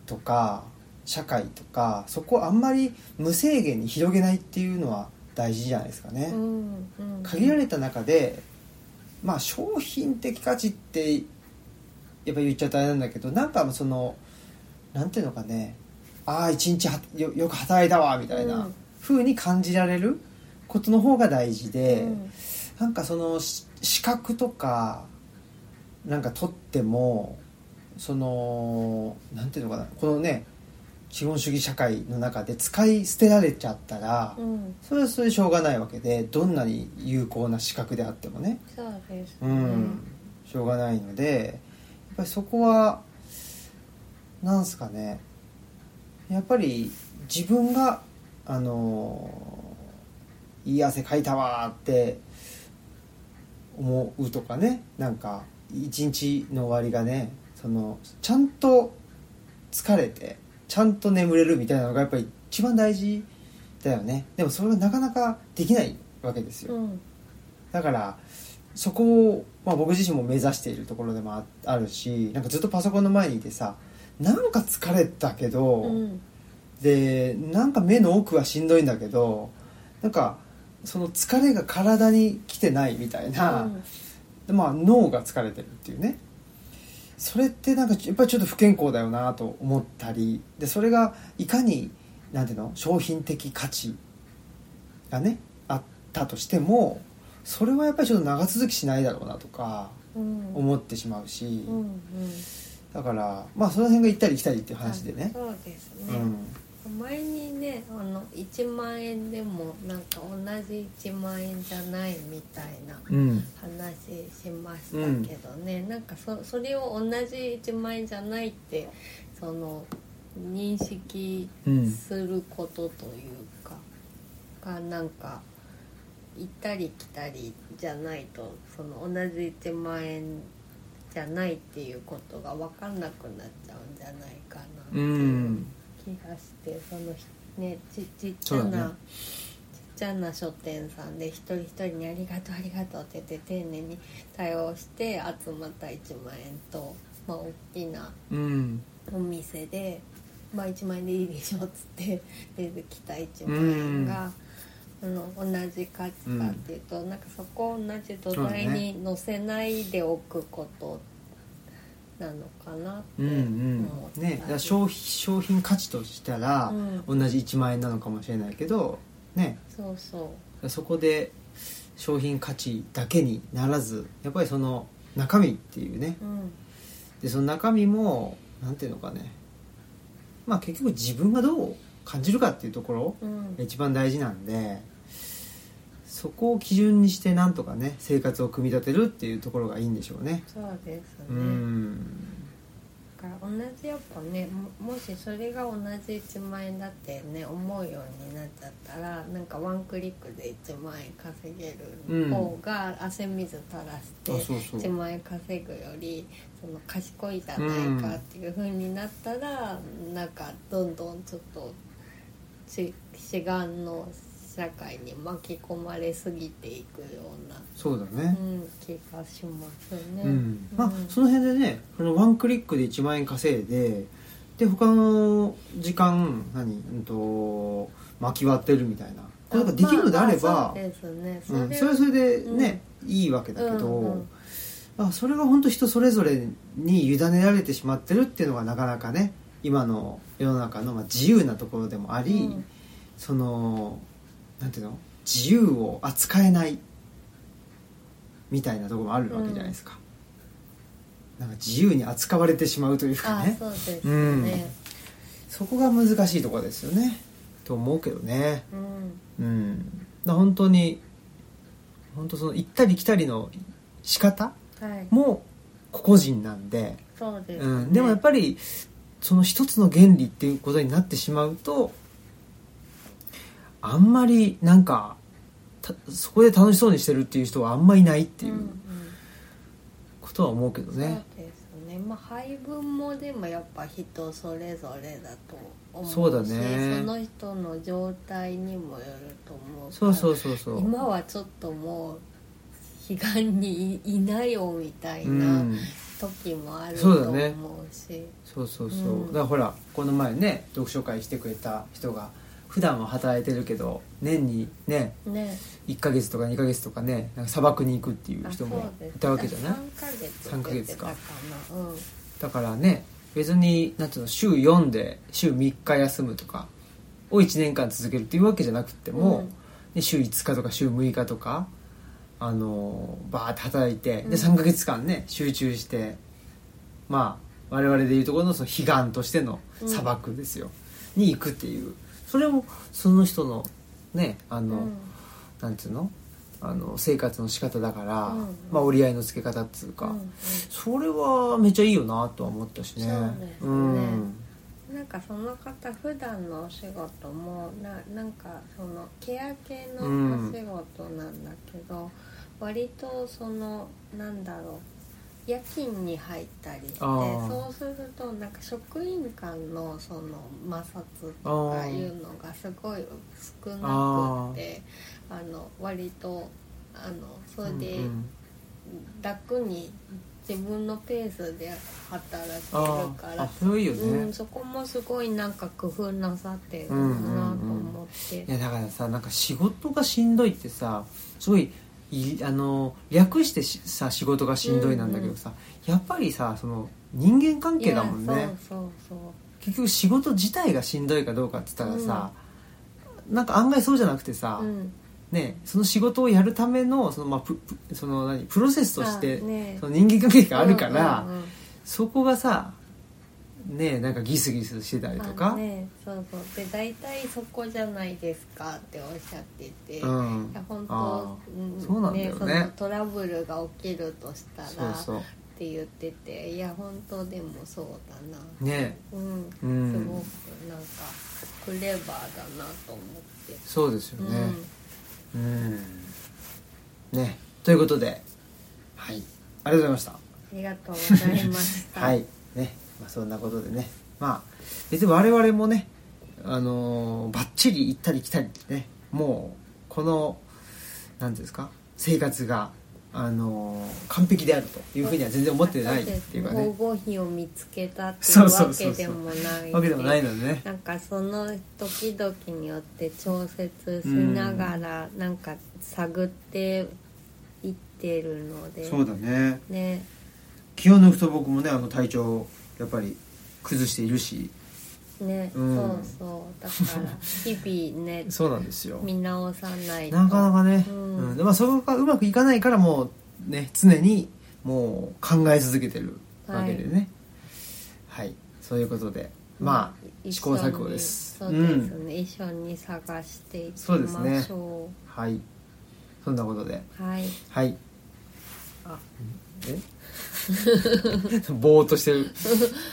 とか社会とかそこをあんまり無制限に広げないっていうのは大事じゃないですかね。
うんうん、
限られた中で、まあ、商品的価値ってやっぱ言っちゃったらあれなんだけどなんかそのなんていうのかねああ一日はよよく働いたわみたいうなん風に感じられることの方が大事で、
うん
なんかそのし資格とかなんか取ってもそのなんていうのかなこのね資本主義社会の中で使い捨てられちゃったら、
うん、
それはそれでしょうがないわけでどんなに有効な資格であってもね
そうです
う
ね、
ん、しょうがないのでやっぱりそこはなんすかねやっぱり自分があのいい汗かいたわーって思うとかねなんか一日の終わりがねそのちゃんと疲れてちゃんと眠れるみたいなのがやっぱり一番大事だよねでもそれがなかなかできないわけですよ
う、ん
だからそこを、まあ、僕自身も目指しているところでもああるしなんかずっとパソコンの前にいてさなんか疲れたけど、
うん
でなんか目の奥はしんどいんだけどなんかその疲れが体に来てないみたいな、
うん
でまあ、脳が疲れてるっていうねそれってなんかやっぱりちょっと不健康だよなと思ったりでそれがいかになんていうの商品的価値がねあったとしてもそれはやっぱりちょっと長続きしないだろうなとか
うん
思ってしまうし、
うんうん
だからまあその辺が行ったり来たりっていう話でね。
そうです
う
ね、
ん
前にねあの1万円でもなんか同じ1万円じゃないみたいな
うん
話しましたけどね、なんかそそれを同じ1万円じゃないってその認識
うん
することというか、がなんか行ったり来たりじゃないとその同じ1万円じゃないっていうことが分かんなくなっちゃうんじゃないかなって
う
いうん気がしてそのひねちちっち
そ
ゃ
う
な、
だね
ちっちゃな書店さんで一人一人に「ありがとうありがとう」って言って丁寧に対応して集まった1万円と、まあ、大きな
うん
お店で、まあ、1万円でいいでしょっつって 出てきた1万円が、あの同じ価値かっていうと、なんかそこを同じ土台に載せないでおくことなのかなって
うんう
思
ん
ったり
ね、だから消費商品価値としたら、
う
同じ1万円なのかもしれないけど、ね、
そうそう
そこで商品価値だけにならずやっぱりその中身っていうね
うん
でその中身もなんていうのかねまあ結局自分がどう感じるかっていうところ
うん
が一番大事なんでそこを基準にしてなんとかね生活を組み立てるっていうところがいいんでしょうね。
そうですね、
うん
から同じやっぱねももしそれが同じ1万円だってね思うようになっちゃったらなんかワンクリックで1万円稼げ
う
る
ん
方が汗水垂ら
あ
して
そうそう
1万円稼ぐよりその賢いじゃないかっていう風になったら、なんかどんどんちょっとち志願の社会に巻き込まれすぎていくような、
そうだ
う
ね
ん、気がしますね。
うん、ま
う
あ
ん
その辺でねそのワンクリックで1万円稼いでで他の時間何うんと巻き割ってるみたいなこれができるのであれば、
まあまあそうですねそ
うん、
れ
それはそれで
うん
ね、いいわけだけど、
うんうん
まあ、それが本当人それぞれに委ねられてしまってるっていうのがなかなかね今の世の中のまあ自由なところでもあり、
うん
そのなんていうの自由を扱えないみたいなところもあるわけじゃないですか、なんか自由に扱われてしまうというか
あ
ね
そうですね、
うんそこが難しいところですよねと思うけどねう
うん
ん、だから本当に本当その行ったり来たりの仕方
はい
も個々人なんで、
そうです、ね
うん、でもやっぱりその一つの原理っていうことになってしまうとあんまりなんかたそこで楽しそうにしてるっていう人はあんまいないってい
ん
うことは思うけど
うん
ね、
そうですねまあ配分もでもやっぱ人それぞれだと思うし
そうだね
その人の状態にもよると思うか
そ
ら
うそうそうそう
今はちょっともう彼岸にいい ないよみたいうなん時もあると
そう
思
だね
うし、
そうそうそう、
う
だ
ん
からほらこの前ね読書会してくれた人が普段は働いてるけど年にね
ね
1ヶ月とか2ヶ月とかねなんか砂漠に行くっていう人もいたわけじゃない
3
3
ヶ
ヶ
月
月
か
か
なうん
だからね別になんていうの週4で週3日休むとかを1年間続けるっていうわけじゃなくても、
うん
ね週5日とか週6日とかあのーバーって働いて、
うん
で3ヶ月間ね集中してまあ我々でいうところのその悲願としての砂漠ですよ、に行くっていうそれもその人のねあの、
うん
なんていうのあの生活の仕方だから、
うんうん
まあ、折り合いのつけ方っつうか、
うん
それはめっちゃいいよなとは思ったしね
そうですね
ん
うんなんかその方普段のお仕事もななんかそのケア系のお仕事なんだけど、割とそのなんだろう夜勤に入ったりして
あー
そうするとなんか職員間のその摩擦とかいうのがすごい少なくてあの割とあのそれで。
うん
楽に自分のペースで働ける
あー
から
あそれいいよね、
うん、
い
そこもすごいなんか工夫なさってるなと思って、
やだからさなんか仕事がしんどいってさすごいいあの略してしさ仕事がしんどいなんだけどさ、やっぱりさその人間関係だもん
いや
ね
そうそう
結局仕事自体がしんどいかどうかっつったらさ、なんか案外そうじゃなくてさ、
そう、うん、
ね、その仕事をやるためのその,、まあ、ププその何プロセスとして、
あね
その人間関係があるから、
うんうんうん
そこがさねなんかギスギスしてたりと
あ
か、
ねそうそうで大体そこじゃないですかっておっしゃってて、
う
い
ん
や本
あ
当、うん
そうなんだよね
そのトラブルが起きるとしたら
そうそ
って言ってていや本当でもそうだな
うね
うん、
うん
すごくなんかクレバーだなと思って。
そうですよ
う
ね
ん
うんねということではいありがとうございました
ありがとうございました。
はい、ねまあ、そんなことでねまあ別に我々もねあのーバッチリ行ったり来たりってねもうこの何ですか生活があのー完璧であるというふうには全然思ってないっていうか
保
ね
護費を見つけたってい
そううそ
わ
うそ
け
うそ
で
う
もない
わけでもないのでね
なんかその時々によって調節しながらなんか探っていってるので、
そうだね
ね
気を抜くと僕もねあの体調をやっぱり崩しているし
ね、
うん
そうそうだから日々ね
そうなんですよ
見直さないと
なかなかね、
うん
うんでまあ、そこがうまくいかないからもうね常にもう考え続けてるわけでねはい、そういうことでまあ、
一
試
緒
行
に
錯誤です
そうです
ん、
ね、一緒に探していき
そうです
ま
ね
しょ
はいそんなことで
うはい
はい
あ
えぼーっとしてる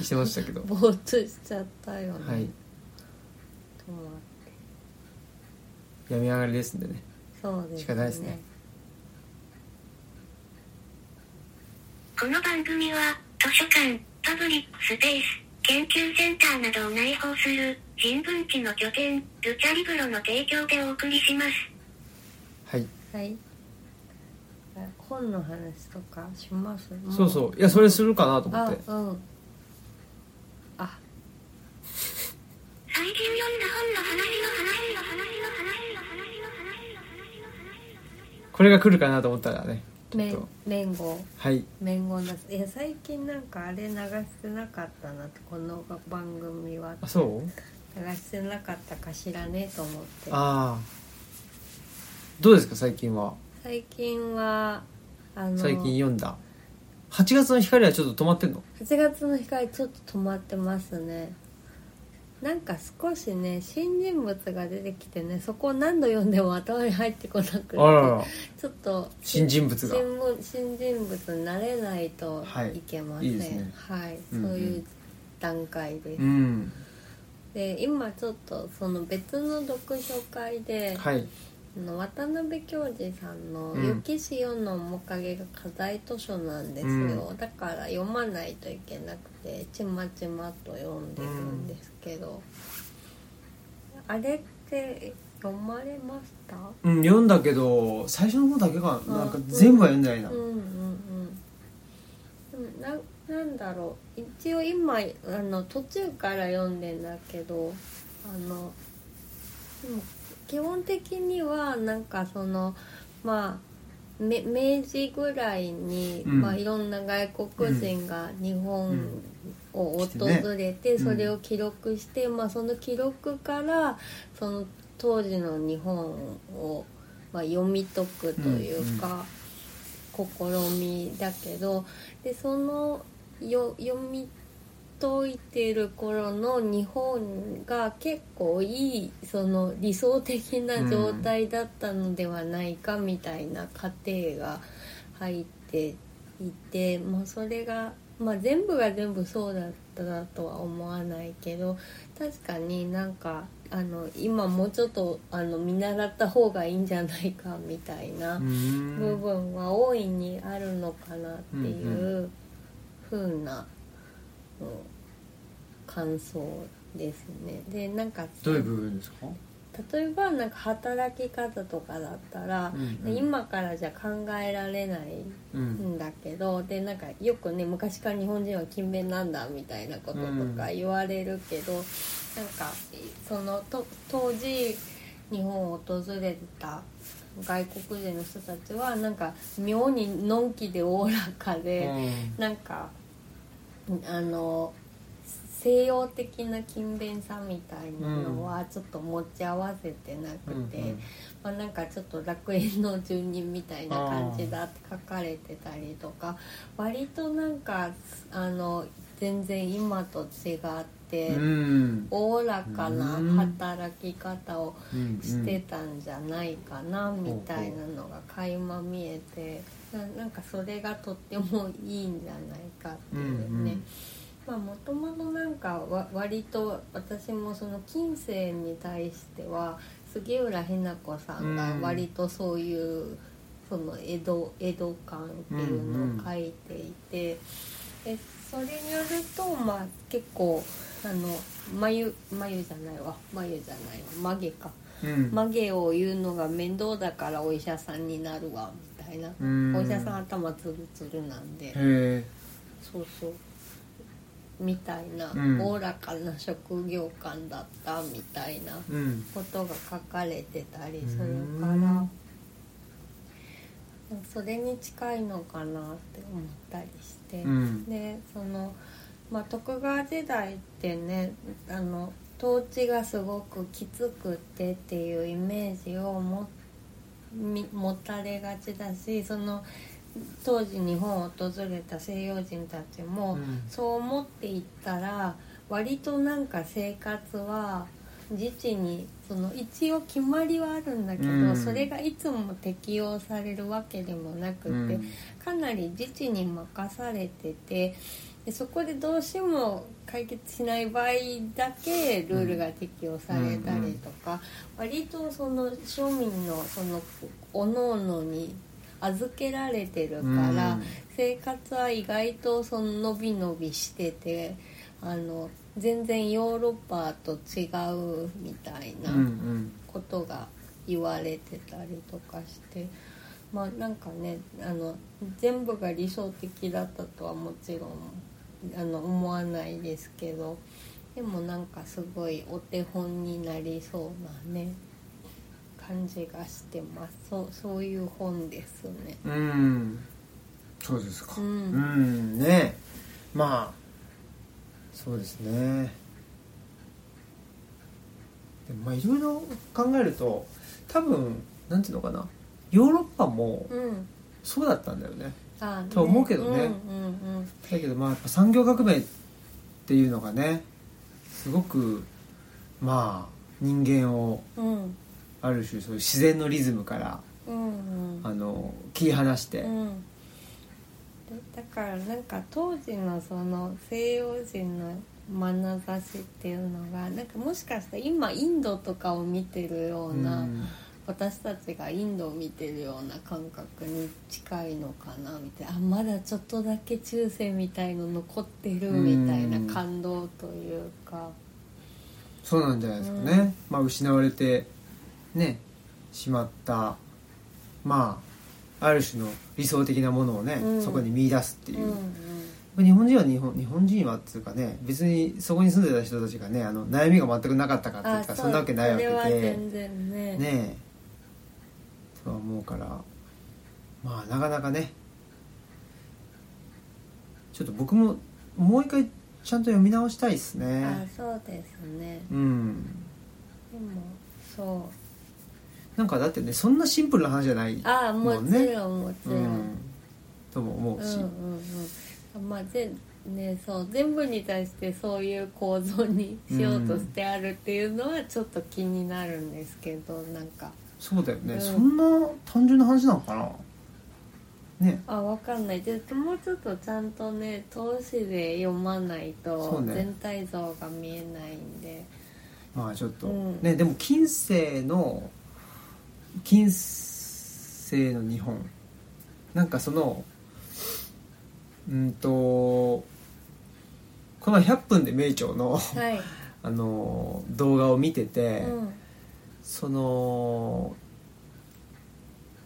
してましたけど
ぼーっとしちゃったよね、
はい
と思って
病み上がりですんでね
そうですね
仕方ないですね
この番組は、図書館、パブリックスペース、研究センターなどを内包する、人文地の拠点、ルチャリブロの提供でお送りします。
はい
はい本の話とかします
そうそうういやそれするかなと思っ
あ
て
うんあ
最近読んだ本の話の話の話の話の話の話の話の話の話の
これが来るかなと思ったらねちょっ
め
と
めんご
はい
めんごないや最近なんかあれ流してなかったなってこの番組は
あそう
流してなかったか知らねえと思って
ああどうですか最近は
最近はあの
最近読んだ8月の光はちょっと止まってんの
8月の光ちょっと止まってますねなんか少しね新人物が出てきてねそこを何度読んでも頭に入ってこなくて
あらら
ちょっと
新人物が
新聞新人物になれないと
はい
いけません
いいですね
はい
うんうん
そういう段階です、
うん
で今ちょっとその別の読書会で、
はい
あの渡辺教授さんの「
うん
雪潮の面影」が課題図書なんですよ、だから読まないといけなくてちまちまと読んでるんですけど、あれって読まれました
うん読んだけど最初の方だけかな
あ
なんか全部は読んでないな、
うんうんうんでもななんだろう一応今あの途中から読んでんだけどあのでも基本的にはなんかそのまあめ明治ぐらいに、
うん
まあ、いろんな外国人が日
う
本
ん
を訪
来てね
れて
うん
それを記録して、まあ、その記録からその当時の日本を、まあ、読み解くというか、試みだけどでそのよ読み解いてる頃の日本が結構いいその理想的な状態だったのではないかみたいな過程が入っていて、まあ、それが、まあ、全部が全部そうだったなとは思わないけど確かになんかあの今もうちょっとあの見習った方がいいんじゃないかみたいな。
うーん
部分は大いにあるのかなっていうう風なうん感想ですね。でなんか
どういう部分ですか、
例えばなんか働き方とかだったら、
うんうん
で今からじゃ考えられない
うん
んだけどでなんかよくね昔から日本人は勤勉なんだみたいなこととか言われるけど、なんかそのと当時日本を訪れた外国人の人たちはなんか妙にのんきでおおらかで。なんかあの西洋的な勤勉さみたいなのはちょっと持ち合わせてなくて、
うんうん
まあ、なんかちょっと楽園の住人みたいな感じだって書かれてたりとか割となんかあの全然今と違って
うん
おおらかな
うん
働き方を
うんうん
してたんじゃないかなみたいなのが垣間見えてななんかそれがとってもいいんじゃないかっていうね。
うんうん
まあもともとなんかわ割と私もその近世に対しては杉浦日奈子さんが割とそういうその江戸江戸感っていうのを書いていて、でそれによるとまあ結構あの眉眉じゃないわ眉じゃないわ曲げか
うん
曲げを言うのが面倒だからお医者さんになるわみたいな、
うん
お医者さん頭つるつるなんで。
へ
そうそうみたいな
うん
おお、らかな職業観だったみたいな
えうん
ことが書かれてたりする
うん
から、それに近いのかなって思ったりして、
うん
でその、まあ、徳川時代ってねあの統治がすごくきつくてっていうイメージを持み持たれがちだしその当時日本を訪れた西洋人たちも、
うん
そう思っていったら割となんか生活は自治にその一応決まりはあるんだけど、
うん
それがいつも適用されるわけでもなくて、
うん
かなり自治に任されててでそこでどうしても解決しない場合だけルールが適用されたりとか、割とその庶民のそのおののに預けられてるから、
うん
生活は意外とその伸び伸びしててあの全然ヨーロッパと違うみたいな。
うん
ことが言われてたりとかしてまあなんかねあの全部が理想的だったとはもちろんあの思わないですけどでもなんかすごいお手本になりそうなね感じがしてますそうそういう本ですね。
うんうんそうですか
うん
んねまあそうですねでもまあいろいろ考えると多分なんていうのかなヨーロッパも
うん
そうだったんだよね
あ
と思うけどね
うんうんうん
だけどまあやっぱ産業革命っていうのがねすごくまあ人間を
うん
ある種そういう自然のリズムから
うんうん
あの切り離して、
うん、だだからなんか当時のその西洋人の眼差しっていうのがなんかもしかしたら今インドとかを見てるような、
うん
私たちがインドを見てるような感覚に近いのかなみたいなあまだちょっとだけ中世みたいの残ってるみたいな
うん
感動というか。
そうなんじゃないですかね、
うん
まあ、失われてねしまったまあある種の理想的なものをね、
うん
そこに見出すって
う
い
んうん
う、日本人は日本日本人はっていうかね別にそこに住んでた人たちがねあの悩みが全くなかったかっていう
あ
か
う
そんなわけないわけで
それは全然ね
ねえとは思うからまあなかなかねちょっと僕ももう一回ちゃんと読み直したいです
あ
ね
そうですね
うん
でもそう
なんかだってねそんなシンプルな話じゃない
ああも
もうね
ちろんもちろん、
うんとも思
うん
う
う
し、
んうんまあ全ねそう全部に対してそういう構造にしようとしてあるっていうのはちょっと気になるんですけどなんか
そうだよね、
うん
そんな単純な話なのかなね
あわかんないでもうちょっとちゃんとね通しで読まない
そ
と
うね
全体像が見えないんで
まあちょっと、
うん
ねでも近世の近世の日本なんかそのうんとこの「100分で名著の」
はい、
あの動画を見てて、
うん
その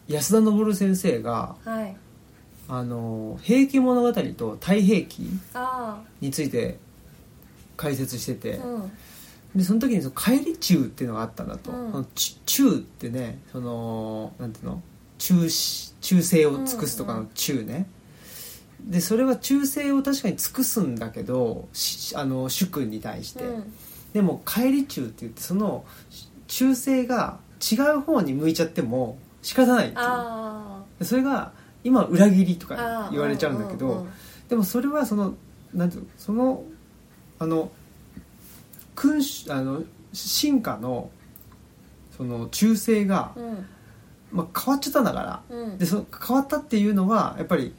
安田昇先生が
はい
「あの平家物語」と「太平記
あ」
について解説してて。
あうん
でその時にその帰り中っていうのがあったんだと、
うん
そのち中ってねそのなんていうの中し忠誠を尽くすとかの中ね、でそれは忠誠を確かに尽くすんだけどしあの主君に対して、
うん
でも帰り中って言ってそのし忠誠が違う方に向いちゃっても仕方ないっていう
あ
でそれが今裏切りと
ーあ
か
ー
言われちゃうんだけど、
うんうん
でもそれはそのなんていうのそのあの君主あの進化のその忠誠が、
うん
まあ、変わっちゃったんだから
うんうん
でその変わったっていうのはやっぱり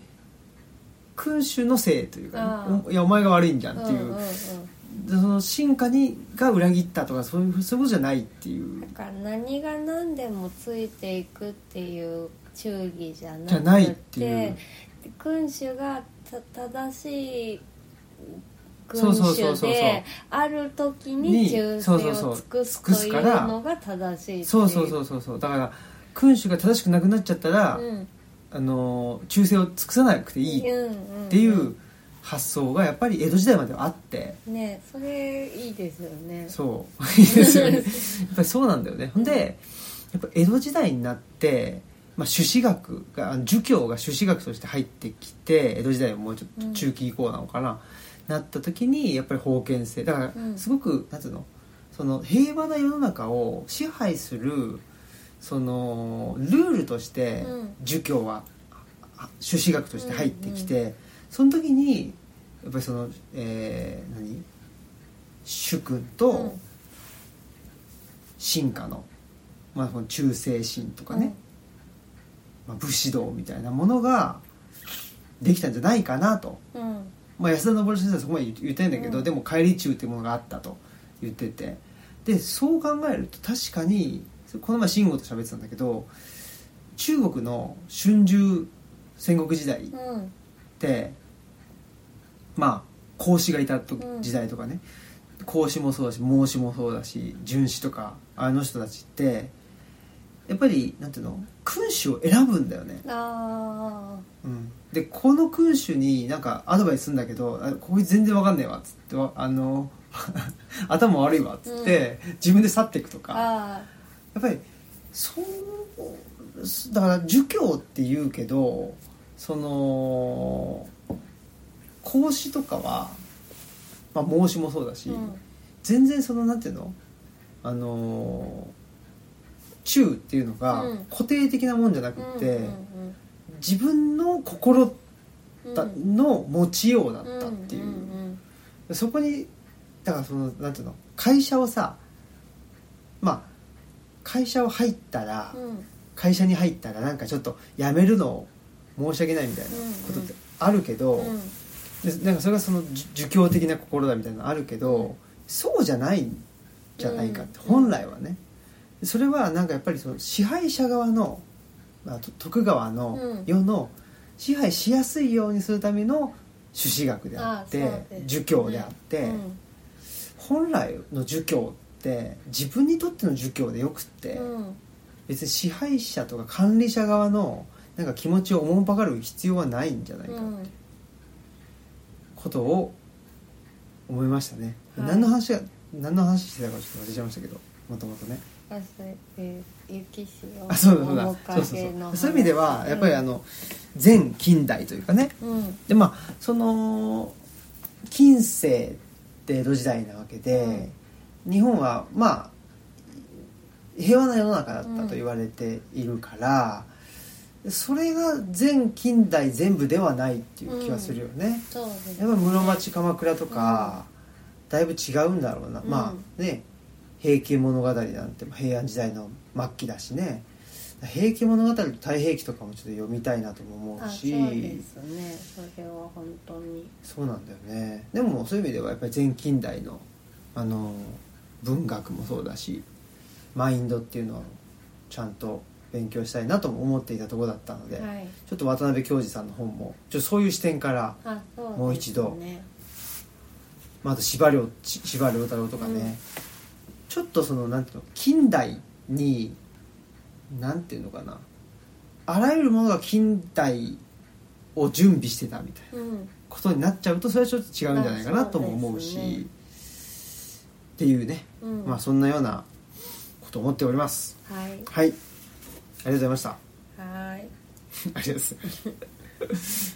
君主のせいというか、ね
あ、
おいやお前が悪いんじゃんっていうう、
んうん
でその進化にが裏切ったとかそういうそういうことじゃないっていう
だから何が何でもついていくっていう忠義じゃなくて
じゃないっていう
君主がた正しい
そうそ
君
うそう
主
そうそう
である時
に
に忠誠
そうそうそ
を
う
尽くす
尽
と
くす
いう
から
のが正しいっていう
そうそうそうそうそうだから君主が正しくなくなっちゃったら、
うん
あの忠誠を尽くさなくていいっ
うんん
っていう発想がやっぱり江戸時代まではあって
ねそれいいですよね
そう いいです よねやっぱりそうなんだよねほんでやっぱ江戸時代になって、まあ、朱子学があの儒教が朱子学として入ってきて江戸時代はもうちょっと中期以降なのかな、なった時にやっぱり封建制だか
うん
らすごく、なんていうのその平和な世の中を支配するそのルールとして
うん
儒教はあ朱子学として入ってきて、その時にやっぱりその、えー何主君と、
うん
進化の,、まあ、この中性心とかね、まあ、武士道みたいなものができたんじゃないかなと、
うん
まあ、安田登先生はそこまで言言ってないんだけど、
うん
でも返り中っていうものがあったと言っててでそう考えると確かにこの前慎吾と喋ってたんだけど中国の春秋戦国時代、
うん
ってまあ孔子がいたと
うん
時代とかね、孔子もそうだし孟子もそうだし荀子とかあの人たちってやっぱりなんていうの君主を選ぶんだよね、
あ
うん、でこの君主になんかアドバイスするんだけど「あこいつ全然わかんねえわ」っつってわ「あの 頭悪いわ」っつって、自分で去っていくと
ー
か
あ
やっぱりそうだから儒教って言うけどその孔子とかは、まあ、孟子もそうだし、
ーうん
全然そのなんていうのあの忠っていうのが
うん
固定的なもんじゃなく
うん
って、
うん
自分の心
うん
だ
うん
の持ちようだったっていう、
んん
そこにだからそのなんていうの会社をさまあ会社を入ったら、
うんうん
会社に入ったらなんかちょっと辞めるの申し訳ないみたいなことってあるけど、
うん
でなんかそれがその儒儒教的な心だみたいなのあるけど、そうじゃないんじゃないかって、
うん
本来はねそれはなんかやっぱりその支配者側の、まあ、と徳川
う
の
ん
世の支配しやすいようにするための朱子学であって
あそうです
儒教であって、
うん
本来の儒教って自分にとっての儒教でよくって。
うん
別に支配者とか管理者側のなんか気持ちをおもんばかる必要はないんじゃないか
う
って
ん
ことを思いましたね、
はい
何の話が何の話してたかちょっと忘れちゃいましたけどもともとね
あそうえー雪城
あそうだそうだ
面
そう
影
そうそ
の
う
話
そういう意味ではやっぱりあの前近代というかね
うん
でまあその近世って江戸時代なわけで、日本はまあ平和な世の中だったと言われているから、それが全近代全部ではないっていう気はするよね、
そうです
やっぱり室町鎌倉とか、だいぶ違うんだろうな、
うん
まあね「平家物語」なんて平安時代の末期だしね「平家物語」と「太平記」とかもちょっと読みたいなとも思
あ
う
そう
し
ですねそれは本当に
そうなんだよねでもそういう意味ではやっぱり全近代のあの文学もそうだしマインドっていうのをちゃんと勉強したいなとも思っていたところだったので、
はい
ちょっと渡辺教授さんの本もちょっとそういう視点から、
あそうですね
もう一度まあ、あと司馬遼ち司馬遼太郎とかね、
うん
ちょっとそのなんていうの近代になんていうのかなあらゆるものが近代を準備してたみたいな。
うん
ことになっちゃうとそれはちょっと違うんじゃないかなとも思うし
あそうですね
っていうね、
うん
まあそんなようなことを思っております
はい
はいありがとうございました あ
はい
りがとうございます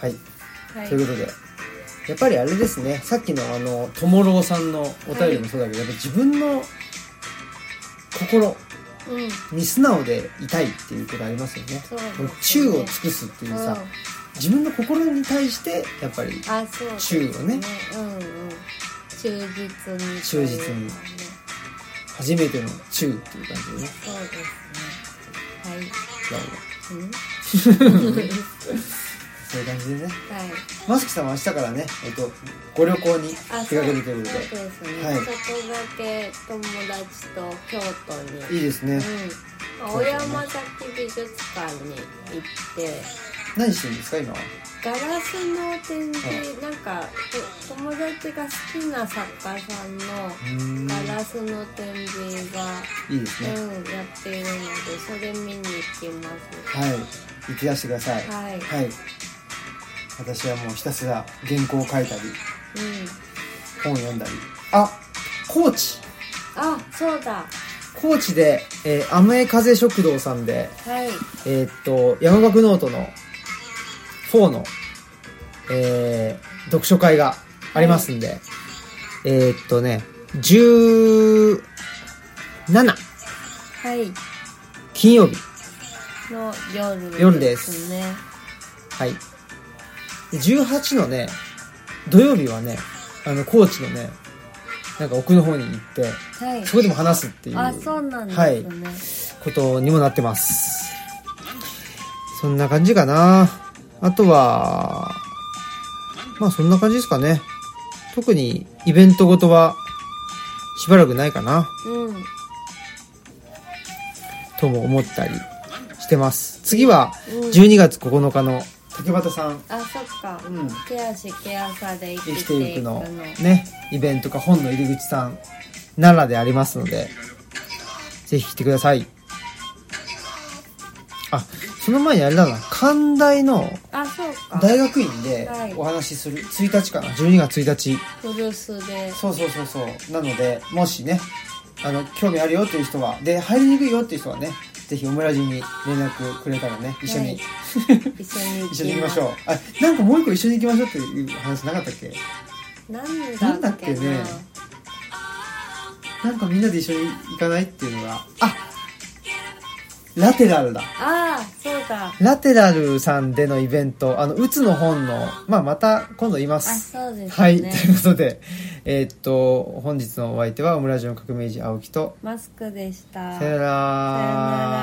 はい、
はい
ということでやっぱりあれですねさっきのあのともろうさんのお便りもそうだけど、やっぱ自分の心
うん
に素直でいたいっていうことありますよね
そうですね
この忠を尽くすっていうさ、自分の心に対してやっぱり
うんあそうです
忠をね
うんうん忠実に
忠実に初めての忠っていう感じでね
そうですねはいうん
そういう感じでね
はい
マスクさんは明日からね、えっと、ご旅行に出
あ
か
そう
けるというこ
そうですね、
はい
ちょっとだけ友達と京都に
とでいいですね、
うん、青山崎美術館に行って
何してるんですか今は
ガラスの展示、なんかと友達が好きな作家さん
ん
のガラスの展示が、
いいです
うん
ね、
やっているのでそれ見に行きます
はい行き出してください
はい
はい、私はもうひたすら原稿を書いたり
うん
本読んだりあ高知
あそうだ
高知で、えー、アムエ風食堂さんで
はい
えーっと山岳ノートの4の、えー読書会がありますんで、えーっとね17
はい
金曜日
の夜
夜です
ね
はいで18のね土曜日はねあの高知のねなんか奥の方に行って
はい
そこでも話すっていう
あそうなんですね、
はい、ことにもなってますそんな感じかなあとはまあそんな感じですかね特にイベントごとはしばらくないかな
うん
とも思ったりしてます次は
うん
12月9日の竹俣さん
あそっか、
うん
手足手朝で生
生
き
き
て
て
い
い
く
く
の
のねイベントか本の入り口さんならでありますのでぜひ来てくださいあその前にあれだな寛大の
あそうか
大学院で
はい
お話しする1日かな12月1日
古巣で
そうそうそうそうなのでもしねあの興味あるよっていう人はで入りにくいよっていう人はねぜひオムラジに連絡くれたらね一緒に、
はい一緒に行
一緒に行きまし
う
ょうあなんかもう一個一緒に行きましょうっていう話なかったっけ
なんだ
な
っ
ん
けな
だっけねなんかみんなで一緒に行かないっていうのがあラテラルだ
ああそうだ
ラテラルさんでのイベントあのうつの本の、まあ、また今度言いま
あ
す
そうですね、
はい、と いうことで、えーっと、本日のお相手は、オムラジオの革命児青木と、
マスクでした
さよなら
さよなら